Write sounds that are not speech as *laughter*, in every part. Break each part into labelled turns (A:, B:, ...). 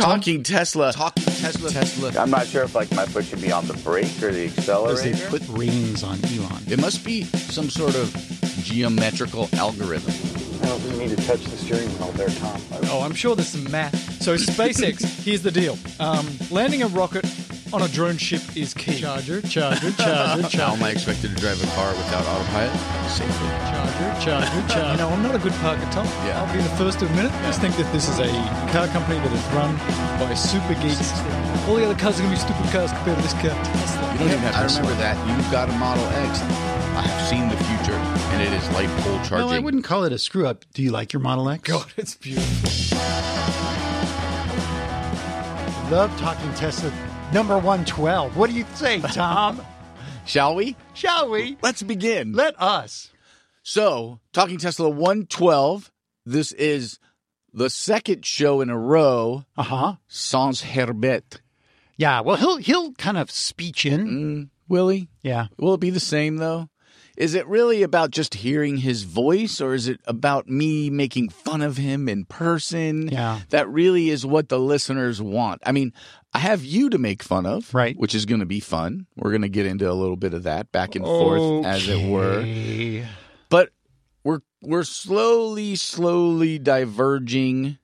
A: Talking Tesla.
B: Talking Tesla.
C: Tesla.
D: I'm not sure if like my foot should be on the brake or the
C: Because they
D: accelerator.
C: put reins on Elon.
A: It must be some sort of geometrical algorithm.
D: I don't think you need to touch the steering wheel there, Tom.
E: Oh, I'm sure there's some math. So SpaceX, here's the deal: um, landing a rocket on a drone ship is key.
C: Charger,
E: *laughs*
C: charger, charger,
A: How
C: charger,
A: am I expected to drive a car without autopilot? Safely.
C: charger,
E: *laughs*
C: charger,
E: You
C: charger.
E: know, I'm not a good parker, Tom.
A: Yeah.
E: I'll be the first to admit it. I just think that this is a car company that is run by super geeks. All the other cars are going to be stupid cars compared to this car.
A: You don't even have I remember that. You've got a Model X. I have seen the future, and it is light pole charging.
C: No, I wouldn't call it a screw up. Do you like your Model X?
E: God, it's beautiful.
F: Love talking Tesla. Number 112. What do you think,
E: *laughs*
F: Tom?
A: Shall we?
F: Shall we?
A: Let's begin.
F: Let us.
A: So, Talking Tesla 112. This is the second show in a row
F: Uh huh.
A: sans Herbert.
F: Yeah. Well, he'll he'll kind of speech in.
A: Mm, Willie,
F: Yeah.
A: will it be the same though? Is it really about just hearing his voice, or is it about me making fun of him in person?
F: Yeah.
A: That really is what the listeners want. I mean, I have you to make fun of,
F: Right.
A: Which is going to be fun. We're going to get into a little bit of that back and forth, as it were.
F: Okay.
A: But we're we're slowly, slowly diverging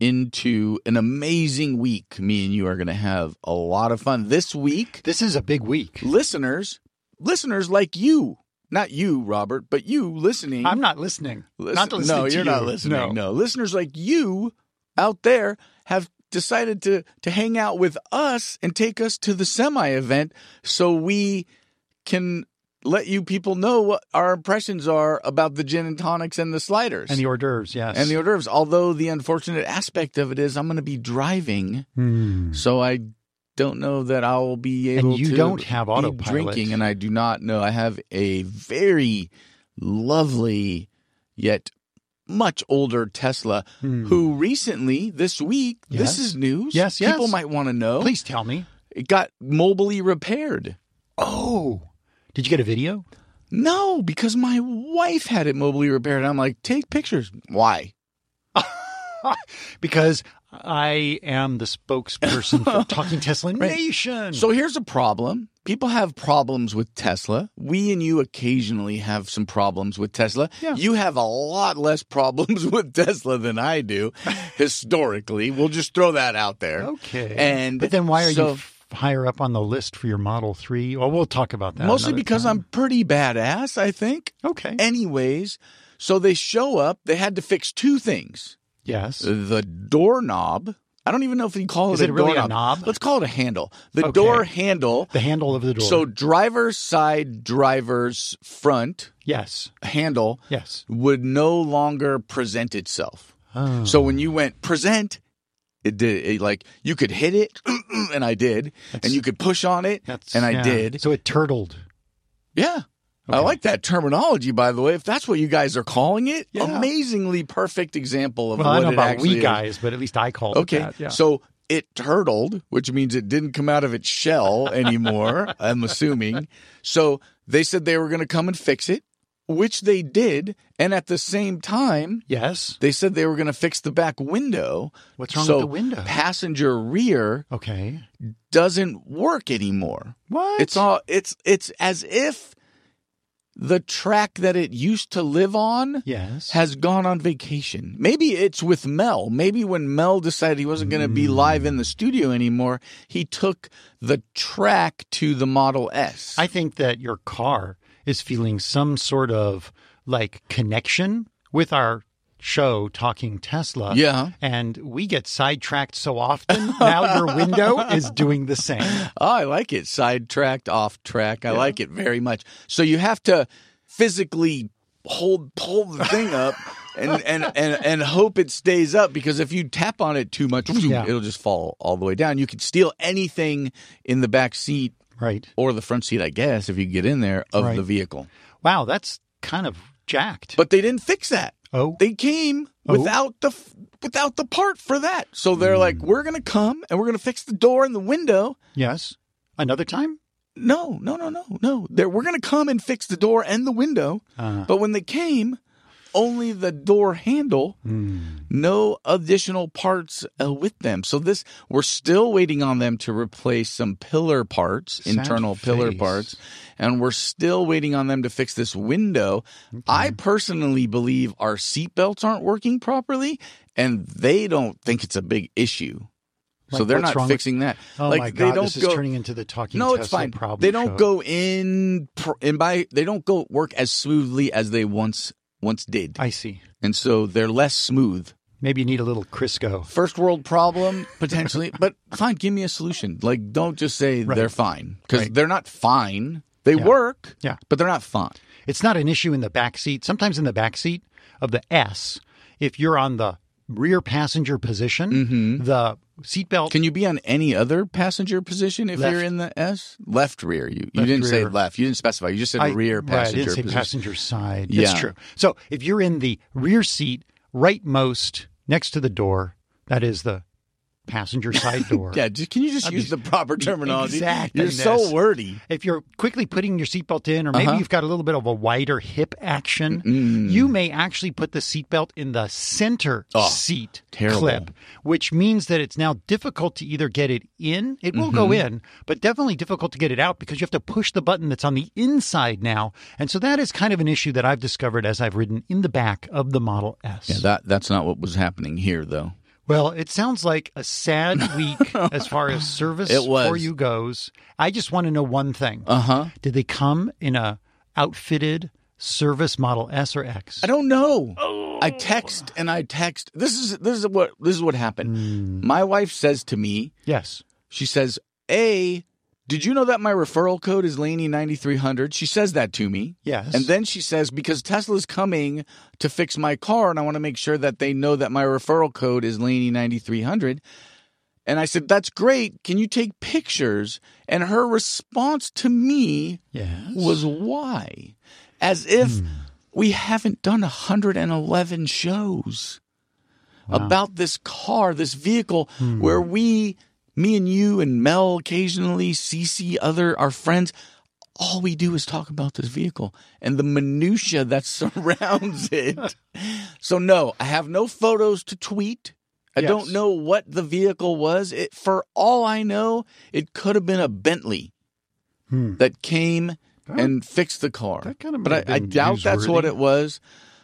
A: into an amazing week. Me and you are going to have a lot of fun this week
F: This is a big week.
A: listeners, listeners like you, not you, Robert, but you listening.
F: I'm not listening.
A: Listen-
F: not listening.
A: No,
F: to
A: you're
F: you.
A: not listening.
F: No.
A: no, listeners like you out there have decided to to hang out with us and take us to the semi event, so we can let you people know what our impressions are about the gin and tonics and the sliders
F: And the hors d'oeuvres. Yes.
A: and the hors d'oeuvres. Although the unfortunate aspect of it is, I'm going to be driving,
F: Hmm.
A: so I don't know that I will be able.
F: And you
A: to
F: don't have
A: be
F: autopilot.
A: drinking, and I do not know. I have a very lovely yet much older Tesla
F: Hmm.
A: who recently this week
F: Yes.
A: this is news.
F: Yes, yes.
A: people might want to know.
F: Please tell me.
A: It got mobily repaired.
F: Oh. Did you get a video?
A: No, because my wife had it mobily repaired. And I'm like, take pictures. Why?
F: Because I am the
A: *laughs*
F: spokesperson for Talking Tesla Nation.
A: Hmm. So here's a problem. People have problems with Tesla. We and you occasionally have some problems with Tesla.
F: Yeah.
A: You have a lot less problems *laughs* with Tesla than I
F: *laughs*
A: do historically. We'll just throw that out there.
F: okay.
A: And
F: but then why are you
A: so-
F: f- higher up on the list for your Model 3? Well, we'll talk about that.
A: Mostly
F: another
A: because
F: time. Hmm.
A: I'm pretty badass, I think.
F: Okay.
A: Anyways, so they show up. They had to fix two things
F: yes.
A: the doorknob. I don't even know if you call it
F: Is
A: a
F: it really a
A: doorknob.
F: knob?
A: Let's call it a handle. The
F: Okay.
A: door handle.
F: The handle of the door.
A: So driver's side, driver's front
F: yes.
A: handle
F: Yes.
A: would no longer present itself.
F: Oh.
A: So when you went present, it did it, like you could hit it, *clears throat* and I did, and you could push on it,
F: That's-
A: and I
F: yeah.
A: did.
F: So it turtled.
A: Yeah. I
F: Okay.
A: like that terminology, by the way. If that's what you guys are calling it,
F: Yeah.
A: amazingly perfect example of
F: Well,
A: what
F: I don't
A: it
F: know about
A: actually
F: we
A: is.
F: guys, but at least I called
A: Okay.
F: it that. Yeah.
A: So it turtled, which means it didn't come out of its shell *laughs* anymore, I'm assuming. So they said they were going to come and fix it, which they did. And at the same time,
F: yes.
A: they said they were going to fix the back window.
F: What's wrong
A: so
F: with the window?
A: Passenger rear
F: Okay.
A: doesn't work anymore.
F: What?
A: It's all it's it's as if the track that it used to live on
F: Yes.
A: has gone on vacation. Maybe it's with Mel. Maybe when Mel decided he wasn't going to be live in the studio anymore, he took the track to the Model S.
F: I think that your car is feeling some sort of like connection with our show talking Tesla.
A: Yeah.
F: And we get sidetracked so often. now your window is doing the same.
A: *laughs* Oh, I like it. Sidetracked, off track. I like it very much. So you have to physically hold pull the thing
F: *laughs*
A: up and, and, and, and hope it stays up because if you tap on it too much,
F: Yeah.
A: it'll just fall all the way down. You could steal anything in the back seat
F: Right.
A: or the front seat, I guess, if you get in there of
F: Right.
A: the vehicle.
F: Wow, that's kind of jacked.
A: But they didn't fix that.
F: oh,
A: They came
F: Oh.
A: without the f- without the part for that. So they're like, we're gonna come and we're gonna fix the door and the window.
F: yes. Another time?
A: No, no, no, no, no. They're, we're gonna come and fix the door and the window.
F: Uh,
A: But when they came, only the door handle, no additional parts uh, with them. So this we're still waiting on them to replace some pillar parts, internal pillar
F: face.
A: parts, and we're still waiting on them to fix this window. I personally believe our seatbelts aren't working properly, and they don't think it's a big issue. so
F: Like,
A: they're
F: what's
A: not
F: wrong with-
A: fixing that.
F: Oh
A: like
F: my
A: they
F: god,
A: don't
F: this is
A: go
F: turning into the talking
A: no, it's
F: Tesla
A: fine.
F: problem.
A: They don't
F: show.
A: go in pr- and by they don't go work as smoothly as they once once did,
F: I see.
A: and so they're less smooth.
F: Maybe you need a little Crisco.
A: First world problem potentially, *laughs* but fine. Give me a solution. Like, don't just say they're fine because they're not fine. They work,
F: Yeah.
A: but they're not fine.
F: It's not an issue in the back seat. Sometimes in the back seat of the S, if you're on the rear passenger position, the seatbelt
A: Mm-hmm. Can you be on any other passenger position if you're in the S? Left rear. You you didn't say
F: rear.
A: left. You didn't specify. You just said rear
F: right, I
A: passenger
F: didn't say
A: position.
F: passenger side.
A: Yeah.
F: That's true. So if you're in the rear seat, rightmost next to the door, that is the passenger side door.
A: *laughs* Yeah. Just, can you just use the proper terminology?
F: exactness.
A: You're so wordy.
F: If you're quickly putting your seatbelt in, or maybe
A: Uh-huh.
F: you've got a little bit of a wider hip action,
A: Mm.
F: you may actually put the seatbelt in the center seat
A: Oh, terrible.
F: clip, which means that it's now difficult to either get it in, it will go
A: Mm-hmm.
F: in, but definitely difficult to get it out because you have to push the button that's on the inside now. And so that is kind of an issue that I've discovered as I've ridden in the back of the Model S.
A: Yeah, that that's not what was happening here, though.
F: Well, it sounds like a sad
A: *laughs*
F: week as far as service
A: It was.
F: for you goes. I just want to know one thing.
A: Uh huh.
F: Did they come in a outfitted service model S or X?
A: I don't know. I text and I text. This is this is what this is what happened.
F: Hmm.
A: My wife says to me,
F: Yes.
A: she says, "A, did you know that my referral code is Laney ninety three hundred? She says that to me.
F: Yes.
A: And then she says, because Tesla's coming to fix my car and I want to make sure that they know that my referral code is Laney 9300. And I said, that's great. Can you take pictures? And her response to me
F: Yes.
A: was why? As if we haven't done 111 shows about this car, this vehicle, where we, me and you and Mel occasionally, CC, other, our friends, all we do is talk about this vehicle and the minutia that *laughs* surrounds it. so no, I have no photos to tweet. I
F: Yes.
A: don't know what the vehicle was. It, for all I know, it could have been a Bentley that came and fixed the car.
F: that kinda might
A: but
F: have
A: I, I
F: been
A: doubt that's what
F: newsworthy.
A: it was.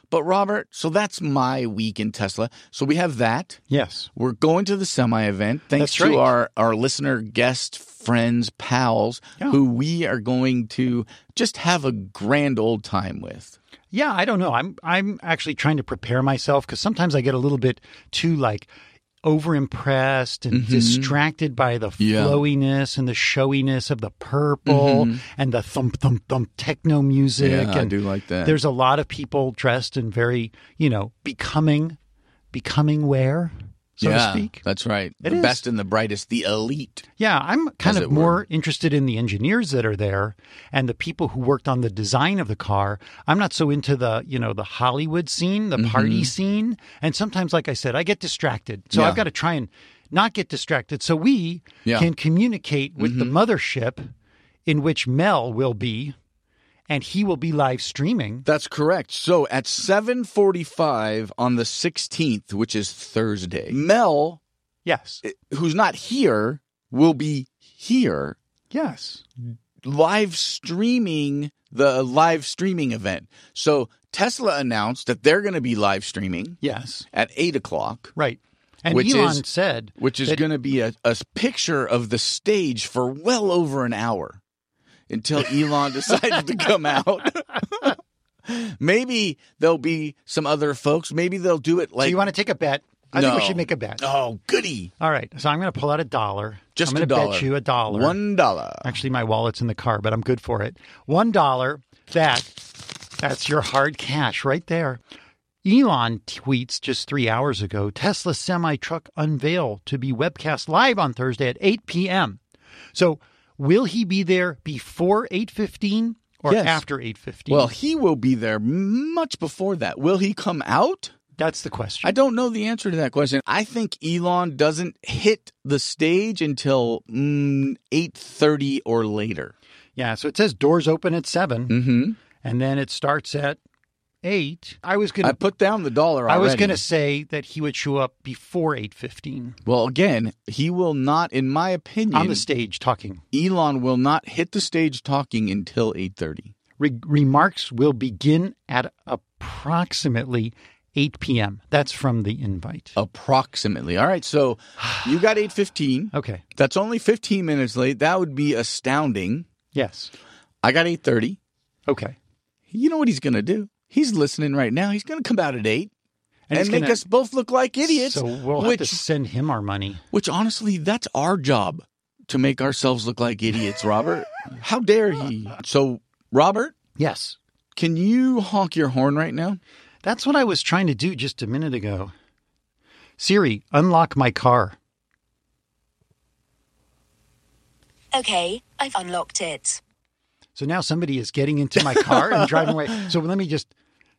A: But Robert, so that's my week in Tesla. So we have that.
F: Yes.
A: We're going to the semi event. Thanks
F: That's
A: to
F: right.
A: our, our listener, guest, friends, pals,
F: Yeah.
A: who we are going to just have a grand old time with.
F: Yeah, I don't know. I'm I'm actually trying to prepare myself cuz sometimes I get a little bit too like overimpressed and distracted by the
A: Mm-hmm. Yeah. Mm-hmm.
F: flowiness and the showiness of the purple and the thump thump thump techno music
A: Yeah, I
F: and
A: do like that.
F: There's a lot of people dressed in very, you know, becoming becoming wear, so
A: yeah,
F: to speak.
A: That's right.
F: It
A: the
F: is.
A: best and the brightest, the elite.
F: Yeah, I'm
A: As
F: kind of
A: it were.
F: more interested in the engineers that are there and the people who worked on the design of the car. I'm not so into the, you know, the Hollywood scene, the party scene, and sometimes like I said, I get distracted. So
A: Mm-hmm. Yeah.
F: I've got to try and not get distracted so we
A: Yeah. Mm-hmm.
F: can communicate with the mothership in which Mel will be and he will be live streaming.
A: That's correct. So at 7:45 on the 16th, which is Thursday,
F: Mm-hmm.
A: Mel,
F: Yes.
A: who's not here, will be here
F: Yes.
A: live streaming the live streaming event. So Tesla announced that they're going to be live streaming
F: Yes.
A: at eight o'clock,
F: Right. And
A: Which
F: Elon
A: is-
F: said
A: which is
F: that-
A: going to be a, a picture of the stage for well over an hour until
F: *laughs*
A: Elon decided to come out. Maybe there'll be some other folks. Maybe they'll do it like
F: So you want to take a bet? I think we
A: No.
F: should make a bet.
A: Oh, goody.
F: All right, so I'm going to pull out a dollar.
A: Just
F: I'm going
A: a
F: to
A: dollar.
F: bet you a dollar.
A: One dollar.
F: Actually, my wallet's in the car, but I'm good for it. One dollar. That that's your hard cash right there. Elon tweets just three hours ago: Tesla semi truck unveil to be webcast live on Thursday at 8 p.m. So, will he be there before 8:15 or
A: Yes.
F: after 8:15?
A: Well, he will be there much before that. Will he come out?
F: that's the question.
A: I don't know the answer to that question. I think Elon doesn't hit the stage until mm, 8:30 or later.
F: yeah. So it says doors open at 7
A: Mhm.
F: and then it starts at eight. I was
A: I
F: gonna.
A: put down the dollar.
F: I, was
A: already.
F: gonna say that he would show up before eight fifteen
A: Well, again, he will not, in my opinion,
F: on the stage talking.
A: Elon will not hit the stage talking until eight thirty.
F: Re- remarks will begin at approximately eight p.m. That's from the invite.
A: approximately. All right,
F: *sighs*
A: so you got 8:15.
F: Okay.
A: That's only 15 minutes late. That would be astounding.
F: Yes.
A: I got 8:30.
F: Okay.
A: You know what he's going to do? He's listening right now. He's going to come out at 8 and,
F: he's
A: make
F: gonna-
A: us both look like idiots,
F: So we'll
A: which
F: have to send him our money.
A: which honestly, that's our job to make ourselves look like idiots,
F: *laughs*
A: Robert. How dare he? So, Robert,
F: Yes.
A: can you honk your horn right now?
F: That's what I was trying to do just a minute ago. Siri, unlock my car.
B: Okay, I've unlocked it.
F: So now somebody is getting into my car *laughs* and driving away. So let me just,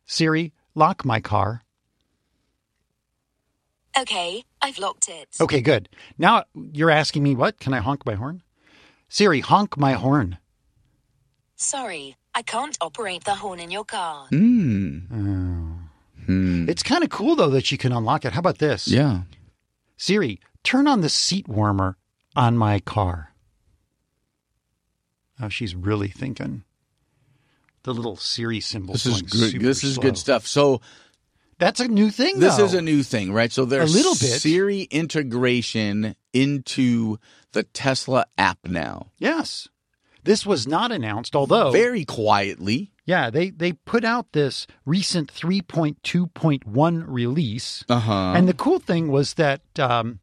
F: Siri, lock my car.
B: Okay, I've locked it.
F: Okay, good. Now you're asking me what? Can I honk my horn? Siri, honk my horn.
B: Sorry, I can't operate the horn in your car.
A: Hmm.
F: It's kind of cool though that you can unlock it. How about this?
A: Yeah.
F: Siri, turn on the seat warmer on my car. Oh, she's really thinking. The little Siri symbol.
A: This is
F: going
A: good.
F: super
A: This is good
F: slow.
A: stuff. So,
F: That's a new thing.
A: This
F: though.
A: is a new thing, right? So there's
F: A little bit.
A: Siri integration into the Tesla app now,
F: Yes. This was not announced, although
A: very quietly.
F: yeah, they they put out this recent 3.2.1 release,
A: Uh huh.
F: and the cool thing was that um,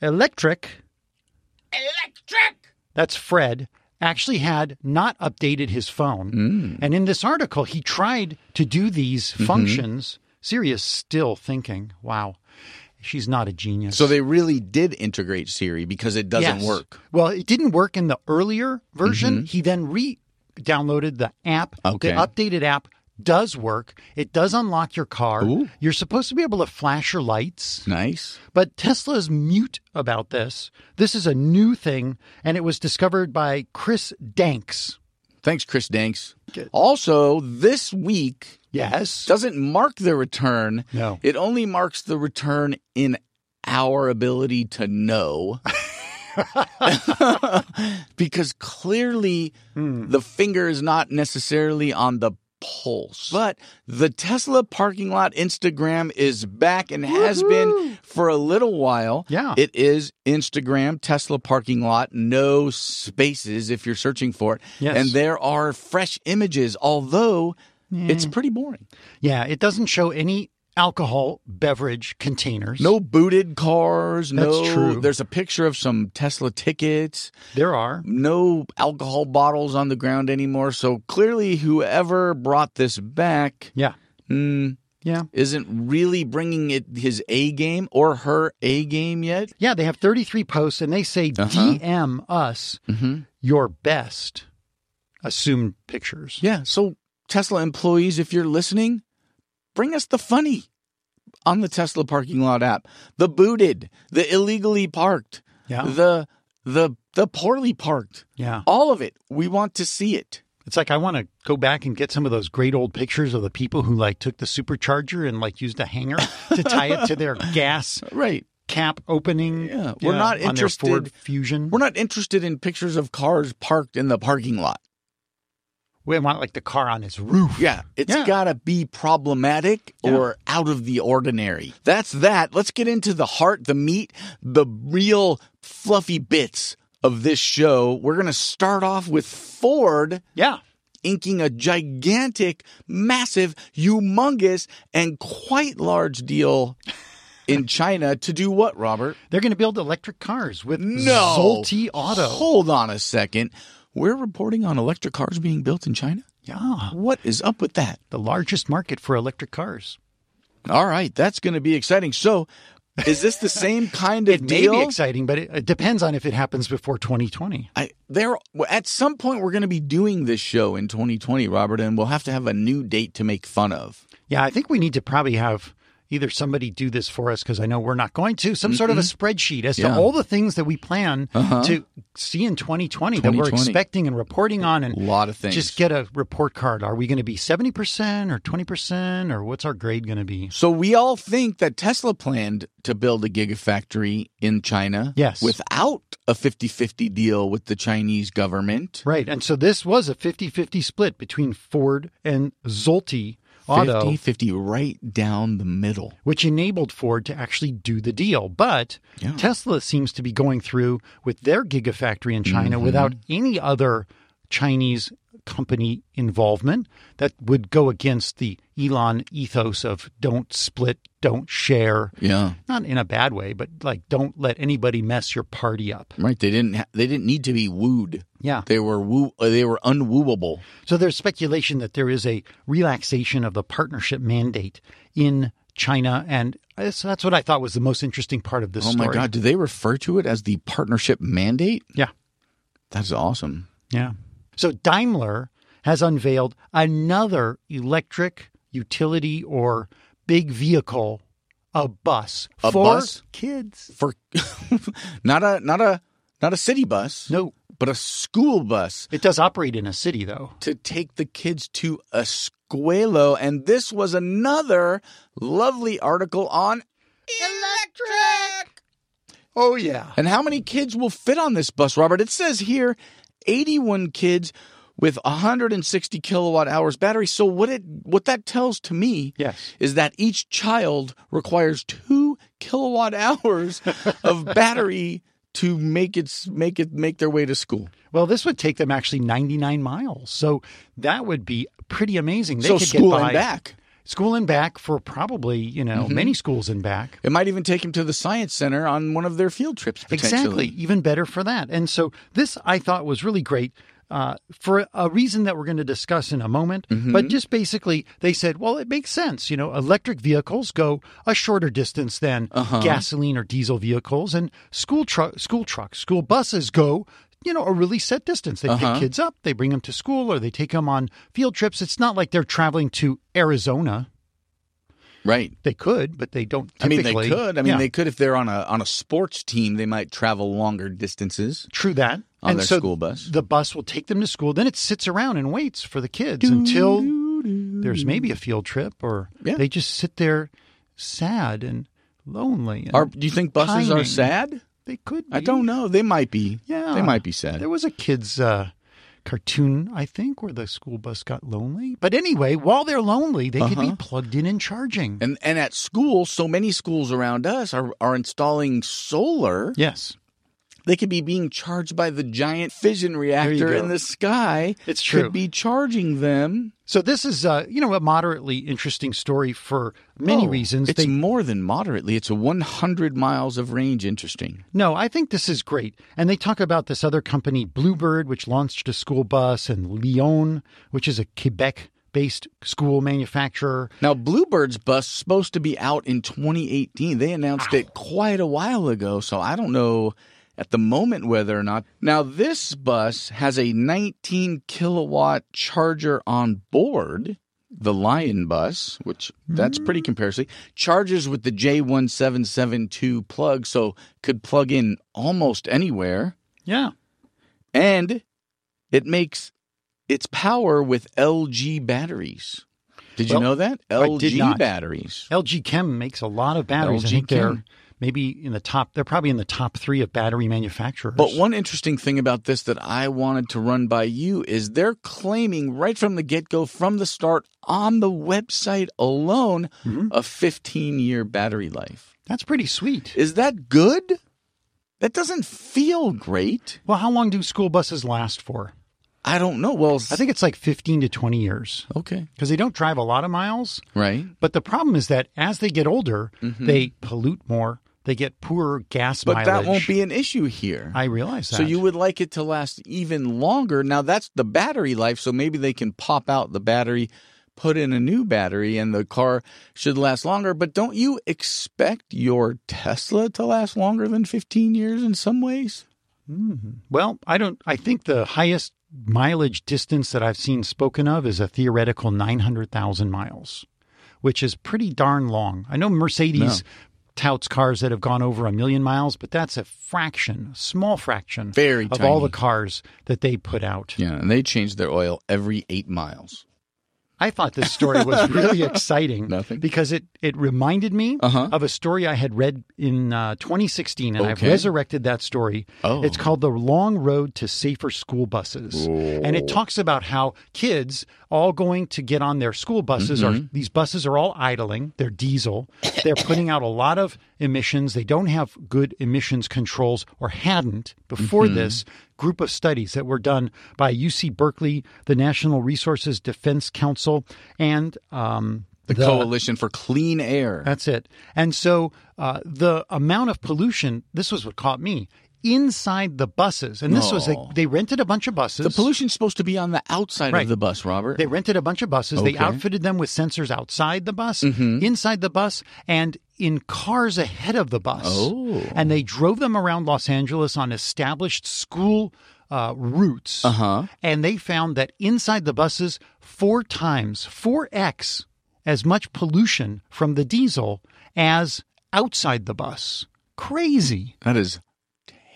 F: Electric, Electric, that's Fred, actually had not updated his phone,
A: Mm.
F: and in this article he tried to do these
A: Mm-hmm.
F: functions. Siri is still thinking, "Wow, she's not a genius."
A: So they really did integrate Siri because it doesn't
F: Yes.
A: work. Mm-hmm.
F: Well, it didn't work in the earlier version. He then re downloaded the app.
A: Okay.
F: The updated app does work. It does unlock your car.
A: Ooh.
F: You're supposed to be able to flash your lights,
A: Nice.
F: but Tesla's mute about this. This is a new thing, and it was discovered by Chris Danks.
A: Thanks, Chris Danks. Also, this week
F: Yes.
A: doesn't mark the return.
F: No.
A: It only marks the return in our ability to know. *laughs* because clearly
F: Hmm.
A: the finger is not necessarily on the pulse. But the Tesla parking lot Instagram is back and has been for a little while.
F: Yeah.
A: It is Instagram, Tesla parking lot, no spaces if you're searching for it.
F: Yes.
A: And there are fresh images, although
F: Mm.
A: it's pretty boring.
F: Yeah, it doesn't show any alcohol beverage containers.
A: No booted cars.
F: That's
A: no,
F: true.
A: There's a picture of some Tesla tickets.
F: There are.
A: No alcohol bottles on the ground anymore. So clearly, whoever brought this back
F: Yeah.
A: hmm,
F: Yeah.
A: isn't really bringing it his A game or her A game yet.
F: Yeah, they have 33 posts and they say
A: Uh-huh.
F: DM us your best assumed pictures.
A: Yeah. So Tesla employees, if you're listening, bring us the funny on the Tesla parking lot app. The booted, the illegally parked,
F: Yeah.
A: the the the poorly parked.
F: Yeah.
A: All of it. We want to see it.
F: It's like I want to go back and get some of those great old pictures of the people who like took the supercharger and like used a hanger to tie
A: *laughs*
F: it to their gas
A: Right.
F: cap opening.
A: Yeah, we're not
F: on their Ford
A: interested-
F: Fusion.
A: We're not interested in pictures of cars parked in the parking lot.
F: We want like the car on its roof.
A: Yeah, it's
F: Yeah.
A: got to be problematic or out of the ordinary. That's that. Let's get into the heart, the meat, the real fluffy bits of this show. We're going to start off with Ford
F: Yeah.
A: inking a gigantic, massive, humongous, and quite large deal *laughs* in China to do what, Robert?
F: They're going to build electric cars with
A: No.
F: Zolte Auto.
A: Hold on a second. We're reporting on electric cars being built in China?
F: Yeah.
A: What is up with that?
F: The largest market for electric cars.
A: All right, that's going to be exciting. So, is this the
F: *laughs*
A: same kind of
F: it
A: deal?
F: may be exciting, but it, it depends on if it happens before 2020.
A: I, there, well, at some point, we're going to be doing this show in 2020, Robert, and we'll have to have a new date to make fun of.
F: Yeah, I think we need to probably have either somebody do this for us because I know we're not going to, some sort of a spreadsheet as
A: Yeah. Uh-huh.
F: to all the things that we plan to see in 2020, that we're
A: 2020.
F: expecting and reporting on and
A: A lot of things.
F: just get a report card. Are we going to be 70% or 20% or what's our grade going to be?
A: So we all think that Tesla planned to build a gigafactory in China
F: Yes.
A: without a 50-50 deal with the Chinese government.
F: Right. And so this was a 50 50 split between Ford and Zolte Auto.
A: 50-50 right down the middle.
F: which enabled Ford to actually do the deal. But
A: Yeah.
F: Tesla seems to be going through with their gigafactory in
A: Mm-hmm.
F: China without any other Chinese company involvement that would go against the Elon ethos of don't split, don't share.
A: Yeah.
F: Not in a bad way, but like don't let anybody mess your party up.
A: Right, they didn't ha- they didn't need to be wooed.
F: Yeah.
A: They were woo uh, they were unwooable.
F: So there's speculation that there is a relaxation of the partnership mandate in China. And so that's what I thought was the most interesting part of this
A: Oh
F: story.
A: my god, do they refer to it as the partnership mandate?
F: Yeah.
A: That's awesome.
F: Yeah. So Daimler has unveiled another electric utility or big vehicle, a bus
A: A
F: for
A: bus?
F: kids.
A: For *laughs* not a not a not a city bus,
F: No,
A: but a school bus.
F: it does operate in a city though.
A: to take the kids to Escuelo. And this was another lovely article on.
F: Oh yeah.
A: And how many kids will fit on this bus, Robert? It says here 81 kids with 160 kilowatt hours battery. So what it what that tells to me
F: Yes.
A: is that each child requires 2 kilowatt hours of *laughs* battery to make its make it make their way to school.
F: Well, this would take them actually 99 miles. So that would be pretty amazing. They
A: so
F: could
A: school
F: get by
A: and back. Mm-hmm.
F: School and back for probably, you know, many schools and back.
A: It might even take him to the science center on one of their field trips potentially.
F: Exactly. Even better for that. And so this I thought was really great uh, for a reason that we're going to discuss in a moment.
A: Mm-hmm.
F: But just basically, they said, well, it makes sense. You know, electric vehicles go a shorter distance than
A: Uh-huh.
F: gasoline or diesel vehicles, and school truck, school trucks, school buses go. You know, a really set distance. They
A: Uh-huh.
F: pick kids up, they bring them to school, or they take them on field trips. It's not like they're traveling to Arizona.
A: Right.
F: They could, but they don't.
A: I mean,
F: Typically.
A: they could. I mean,
F: Yeah.
A: they could if they're on a on a sports team. They might travel longer distances.
F: True that.
A: On their school bus.
F: The bus will take them to school. Then it sits around and waits for the kids until there's maybe a field trip or
A: Yeah.
F: they just sit there sad and lonely. and
A: Are do you think buses are
F: pining.
A: sad?
F: They could be.
A: I don't know. They might be.
F: Yeah.
A: they might be sad.
F: There was a kid's uh, cartoon, I think, where the school bus got lonely. But anyway, while they're lonely, they could be plugged in and charging.
A: Uh-huh. And and at school, so many schools around us are are installing solar.
F: yes.
A: They could be being charged by the giant fission reactor
F: go.
A: in the sky.
F: It's true.
A: Could be charging them.
F: So this is, uh, you know, a moderately interesting story for many
A: Oh,
F: reasons.
A: It's more than moderately. It's a 100 miles of range. Interesting.
F: No, I think this is great. And they talk about this other company, Bluebird, which launched a school bus, and Lyon, which is a Quebec based school manufacturer.
A: Now, Bluebird's bus supposed to be out in 2018. They announced it quite a while ago, so I don't know at the moment whether or not. Now, this bus has a 19 kilowatt charger on board. The Lion bus, which that's pretty comparison, charges with the J1772 plug, so could plug in almost anywhere.
F: Yeah.
A: and it makes its power with LG batteries. Did
F: Well,
A: you know that
F: I did
A: LG
F: not.
A: batteries?
F: LG Chem makes a lot of batteries. I
A: LG
F: think they're
A: Chem.
F: maybe in the top, they're probably in the top three of battery manufacturers.
A: But one interesting thing about this that I wanted to run by you is they're claiming right from the get go, from the start, on the website alone,
F: Mm-hmm.
A: a 15 year battery life.
F: That's pretty sweet.
A: Is that good? That doesn't feel great.
F: Well, how long do school buses last for?
A: I don't know. Well,
F: I think it's like 15 to 20 years
A: okay,
F: because they don't drive a lot of miles.
A: right.
F: But the problem is that as they get older, they pollute more. They get poorer gas
A: Mm-hmm. But
F: mileage.
A: that won't be an issue here.
F: I realize that.
A: So you would like it to last even longer. Now that's the battery life, so maybe they can pop out the battery, put in a new battery, and the car should last longer. But don't you expect your Tesla to last longer than 15 years in some ways?
F: well, I don't. I think the highest mileage distance that I've seen spoken of is a theoretical nine hundred thousand miles, which is pretty darn long. I know Mercedes touts cars that have gone over a million miles, but that's a fraction, a small fraction
A: Very
F: of all the
A: tiny.
F: cars that they put out.
A: Yeah, and they change their oil every eight miles.
F: I thought this
A: *laughs*
F: story was really exciting
A: Nothing.
F: because it, it reminded me
A: Uh-huh.
F: of a story I had read in uh, 2016, and I've
A: Okay.
F: resurrected that story.
A: Oh.
F: It's called The Long Road to Safer School Buses. And it talks about how kids all going to get on their school buses
A: Mm-hmm.
F: are these buses are all idling, they're diesel, they're putting out a lot of emissions. They don't have good emissions controls or hadn't before
A: Mm-hmm.
F: this group of studies that were done by UC Berkeley, the National Resources Defense Council, and um,
A: The, Coalition for Clean Air.
F: that's it. And so uh, the amount of pollution, this was what caught me inside the buses. And this was, they,
A: No.
F: they rented a bunch of buses.
A: the pollution's supposed to be on the outside
F: Right.
A: of the bus, Robert.
F: They rented a bunch of buses. They
A: Okay. Mm-hmm.
F: outfitted them with sensors outside the bus, inside the bus, and in cars ahead of the bus.
A: Oh.
F: And they drove them around Los Angeles on established school uh, routes. Uh
A: Uh-huh.
F: And they found that inside the buses, four times, 4x as much pollution from the diesel as outside the bus. Crazy.
A: That is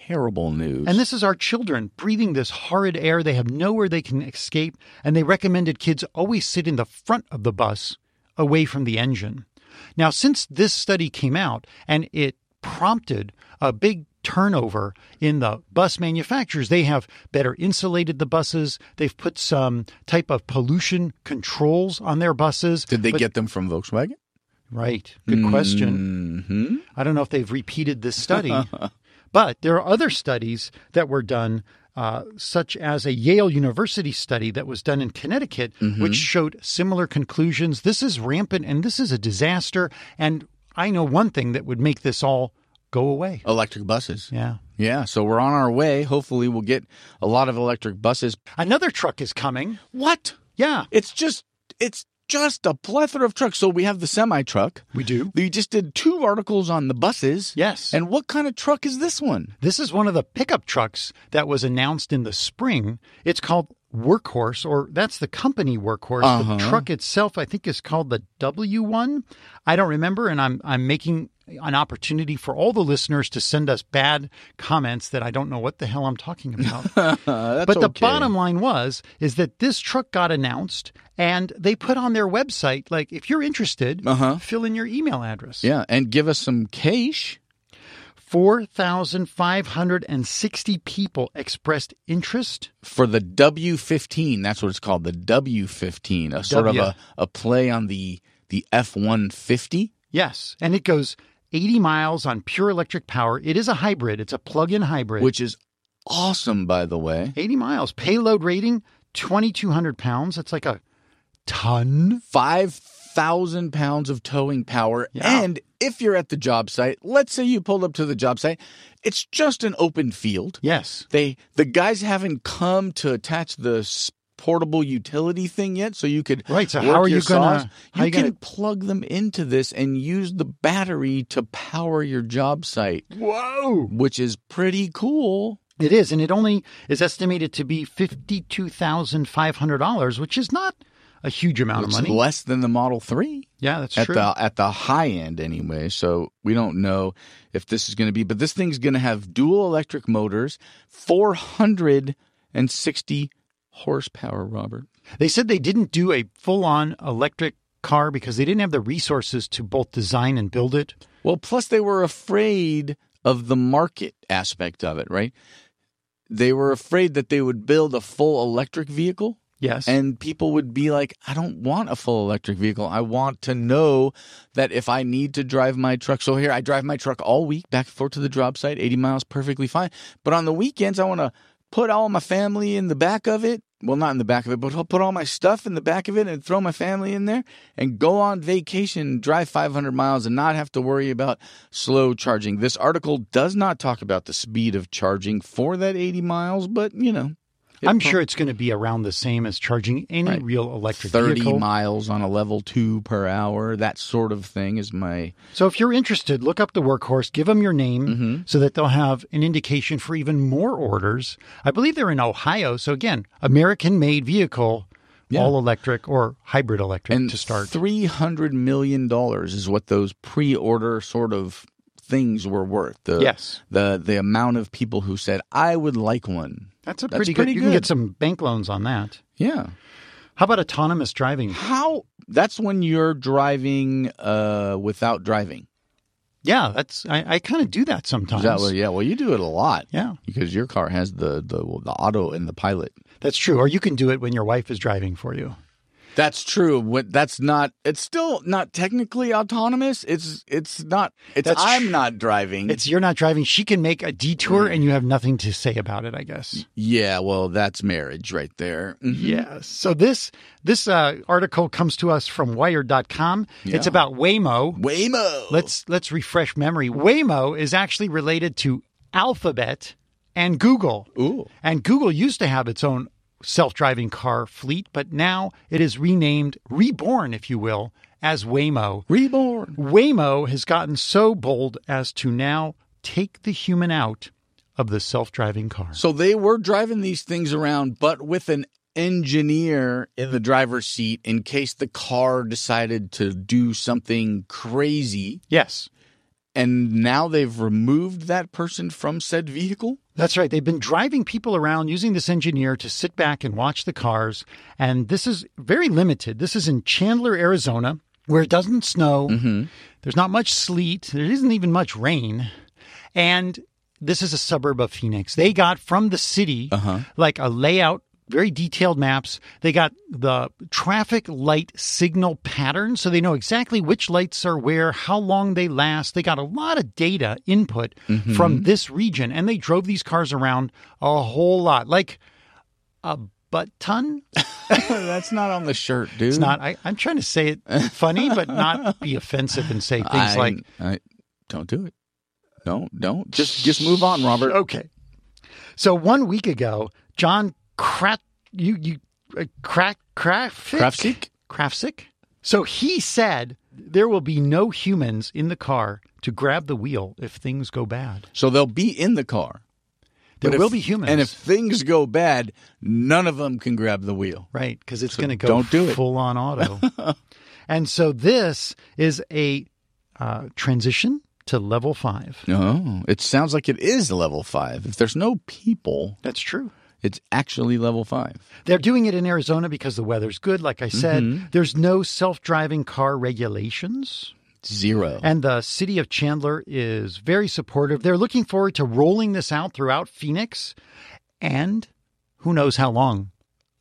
A: terrible news.
F: And this is our children breathing this horrid air. They have nowhere they can escape. And they recommended kids always sit in the front of the bus away from the engine. Now, since this study came out and it prompted a big turnover in the bus manufacturers, they have better insulated the buses. They've put some type of pollution controls on their buses.
A: Did they
F: But-
A: get them from Volkswagen?
F: Right. Good question.
A: Mm-hmm.
F: I don't know if they've repeated this *laughs* study, but there are other studies that were done, uh, such as a Yale University study that was done in Connecticut, which showed similar conclusions. This is rampant and this is a disaster. And I know one thing that would make this all go away.
A: Electric buses.
F: Yeah.
A: Yeah, so we're on our way. Hopefully, we'll get a lot of electric buses.
F: Another truck is coming.
A: What?
F: Yeah.
A: It's just it's just a plethora of trucks. So we have the semi truck.
F: We do.
A: We just did two articles on the buses.
F: Yes.
A: And what kind of truck is this
F: *laughs*
A: one?
F: This is one of the pickup trucks that was announced in the spring. It's called Workhorse, or that's the company Workhorse.
A: Uh-huh.
F: The truck itself, I think, is called the W1. I don't remember, and I'm I'm making an opportunity for all the listeners to send us bad comments that I don't know what the hell
A: *laughs*
F: I'm talking about. but the
A: okay.
F: bottom line was is that this truck got announced and they put on their website like if you're interested,
A: Uh-huh.
F: fill in your email address.
A: Yeah, and give us some cash.
F: 4,560 people expressed interest.
A: for the W15. That's what it's called, the W15, a sort
F: W.
A: of a, a play on the the F150.
F: Yes. And it goes 80 miles on pure electric power. It is a hybrid, it's a plug in hybrid.
A: Which is awesome, by the way.
F: 80 miles. Payload rating 2,200 pounds. That's like a ton.
A: Five thousand pounds of towing power,
F: Yeah.
A: and if you're at the job site, let's say you pulled up to the job site, it's just an open field.
F: Yes.
A: They the guys haven't come to attach the s- portable utility thing yet, so you could
F: Right, so
A: work
F: how are you
A: your
F: gonna-
A: saws.
F: how
A: you
F: you gonna-
A: can plug them into this and use the battery to power your job site.
F: Whoa.
A: which is pretty cool.
F: It is. And it only is estimated to be $52,500, which is not a huge amount
A: It's
F: of money.
A: less than the Model 3
F: yeah, that's
A: at
F: true.
A: the at the high end anyway. So we don't know if this is going to be but this thing's going to have dual electric motors, 460 horsepower, Robert.
F: They said they didn't do a full on electric car because they didn't have the resources to both design and build it.
A: Well, plus they were afraid of the market aspect of it, right? They were afraid that they would build a full electric vehicle
F: Yes.
A: And people would be like, I don't want a full electric vehicle. I want to know that if I need to drive my truck, so here I drive my truck all week back and forth to the job site, 80 miles, perfectly fine. But on the weekends, I want to put all my family in the back of it. Well, not in the back of it, but I'll put all my stuff in the back of it and throw my family in there and go on vacation, drive 500 miles and not have to worry about slow charging. This article does not talk about the speed of charging for that 80 miles, but you know. it
F: I'm
A: pro-
F: sure it's going to be around the same as charging any
A: Right.
F: real electric
A: 30
F: vehicle.
A: miles on a level two per hour, that sort of thing is my.
F: So if you're interested, look up the workhorse, give them your name
A: Mm-hmm.
F: so that they'll have an indication for even more orders. I believe they're in Ohio. So again, American made vehicle
A: Yeah.
F: all electric or hybrid electric to start.
A: Three hundred million dollars is what those pre-order sort of things were worth. The,
F: Yes.
A: the the amount of people who said I would like one.
F: that's a
A: that's
F: pretty,
A: pretty
F: good. You can
A: good.
F: get some bank loans on that.
A: Yeah,
F: How about autonomous driving?
A: how? That's when you're driving uh, without driving.
F: Yeah, that's I, I kind of do that
A: Is
F: sometimes.
A: that what- yeah, well, you do it a lot.
F: Yeah.
A: because your car has the the, the auto and the pilot.
F: That's true. Or you can do it when your wife is driving for you.
A: That's true. What that's not. It's still not technically autonomous. It's it's not. It's
F: That's
A: I'm
F: tr-
A: not driving.
F: It's you're not driving. She can make a detour and you have nothing to say about it, I guess.
A: yeah. Well, that's marriage right there. Mhm.
F: Yes. So this this uh, article comes to us from wired.com. It's
A: Yeah.
F: about Waymo.
A: Waymo.
F: Let's let's refresh memory. Waymo is actually related to Alphabet and Google.
A: Ooh.
F: And Google used to have its own self-driving car fleet, but now it is renamed, reborn if you will, as Waymo.
A: reborn.
F: Waymo has gotten so bold as to now take the human out of the self-driving car.
A: So they were driving these things around, but with an engineer in the driver's seat in case the car decided to do something crazy.
F: Yes.
A: And now they've removed that person from said vehicle.
F: That's right. They've been driving people around using this engineer to sit back and watch the cars. And this is very limited. This is in Chandler, Arizona, where it doesn't snow.
A: Mm.
F: There's not much sleet. There isn't even much rain. And this is a suburb of Phoenix. They got from the city like a layout, very detailed maps. They got the traffic light signal pattern so they know exactly which lights are where, how long they last. They got a lot of data input
A: Mm-hmm.
F: from this region and they drove these cars around a whole lot. Like a butt ton?
A: *laughs* that's not on the shirt, dude.
F: It's not I, I'm trying to say it funny, but
A: *laughs*
F: not be offensive and say things
A: I-
F: like
A: I, don't do it. No, don't. Just just move on, Robert.
F: Okay. So one week ago, John Krat, you you uh, Krat Krafik
A: Krafsik?
F: Krafsik? So he said there will be no humans in the car to grab the wheel if things go bad.
A: So they'll be in the car.
F: There
A: But
F: will
A: if-
F: be humans,
A: And if things go bad, none of them can grab the wheel.
F: right? Because it's going to go
A: don't do it.
F: full
A: *laughs*
F: on auto. and so this is a uh, transition to level five. Oh.
A: No, it sounds like it is level five. If there's no people,
F: That's true.
A: it's actually level five.
F: They're doing it in Arizona because the weather's good. Like I said,
A: Mm-hmm.
F: there's no self driving car regulations.
A: Zero.
F: And the city of Chandler is very supportive. They're looking forward to rolling this out throughout Phoenix and who knows how long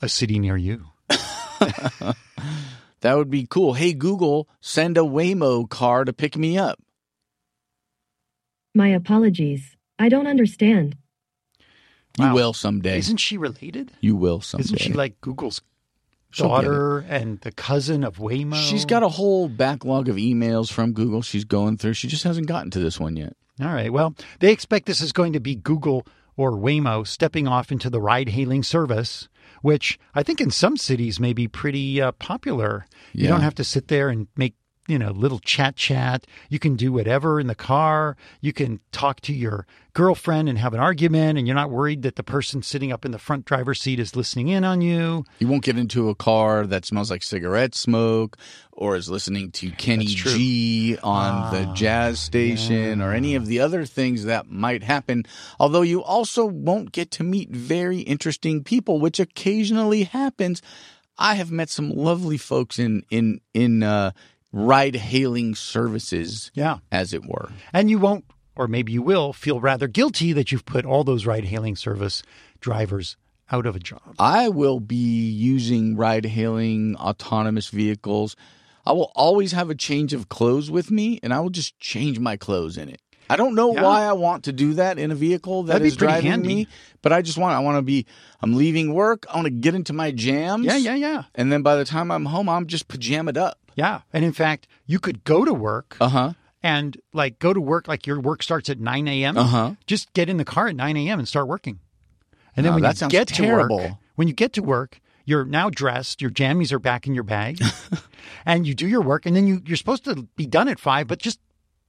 F: a city near you.
A: that would be cool. Hey, Google, send a Waymo car to pick me up.
G: My apologies. I don't understand.
F: Wow.
A: You will someday.
F: Isn't she related?
A: you will someday.
F: Isn't she like Google's
A: She'll get
F: daughter and the cousin of Waymo?
A: She's got a whole backlog of emails from Google she's going through. She just hasn't gotten to this one yet.
F: All right. Well, they expect this is going to be Google or Waymo stepping off into the ride hailing service, which I think in some cities may be pretty uh, popular. You
A: Yeah.
F: don't have to sit there and make you know little chat chat you can do whatever in the car you can talk to your girlfriend and have an argument and you're not worried that the person sitting up in the front driver's seat is listening in on you
A: You won't get into a car that smells like cigarette smoke or is listening to Kenny
F: That's true. Ah,
A: G on the jazz station or any of the other things that might happen. Although you also won't get to meet very interesting people, which occasionally happens. I have met some lovely folks in in in uh, ride hailing services,
F: yeah
A: as it were.
F: And you won't, or maybe you will, feel rather guilty that you've put all those ride hailing service drivers out of a job.
A: I will be using ride hailing autonomous vehicles. I will always have a change of clothes with me and I will just change my clothes in it. I don't know
F: Yeah.
A: why I want to do that in a vehicle that
F: That'd be
A: is
F: pretty
A: driving
F: handy.
A: me, but I just want I want to be I'm leaving work, I want to get into my jams.
F: yeah.
A: And then by the time I'm home, I'm just pajamaed up.
F: Yeah. And in fact, you could go to work
A: Uh-huh.
F: and like go to work, like your work starts at 9 a.m.
A: Uh-huh.
F: Just get in the car at 9 a.m. and start working. And then
A: No,
F: when
A: that
F: you
A: sounds
F: get to work,
A: terrible.
F: when you get to work, you're now dressed, your jammies are back in your
A: *laughs*
F: bag, and you do your work. And then you, you're supposed to be done at five, but just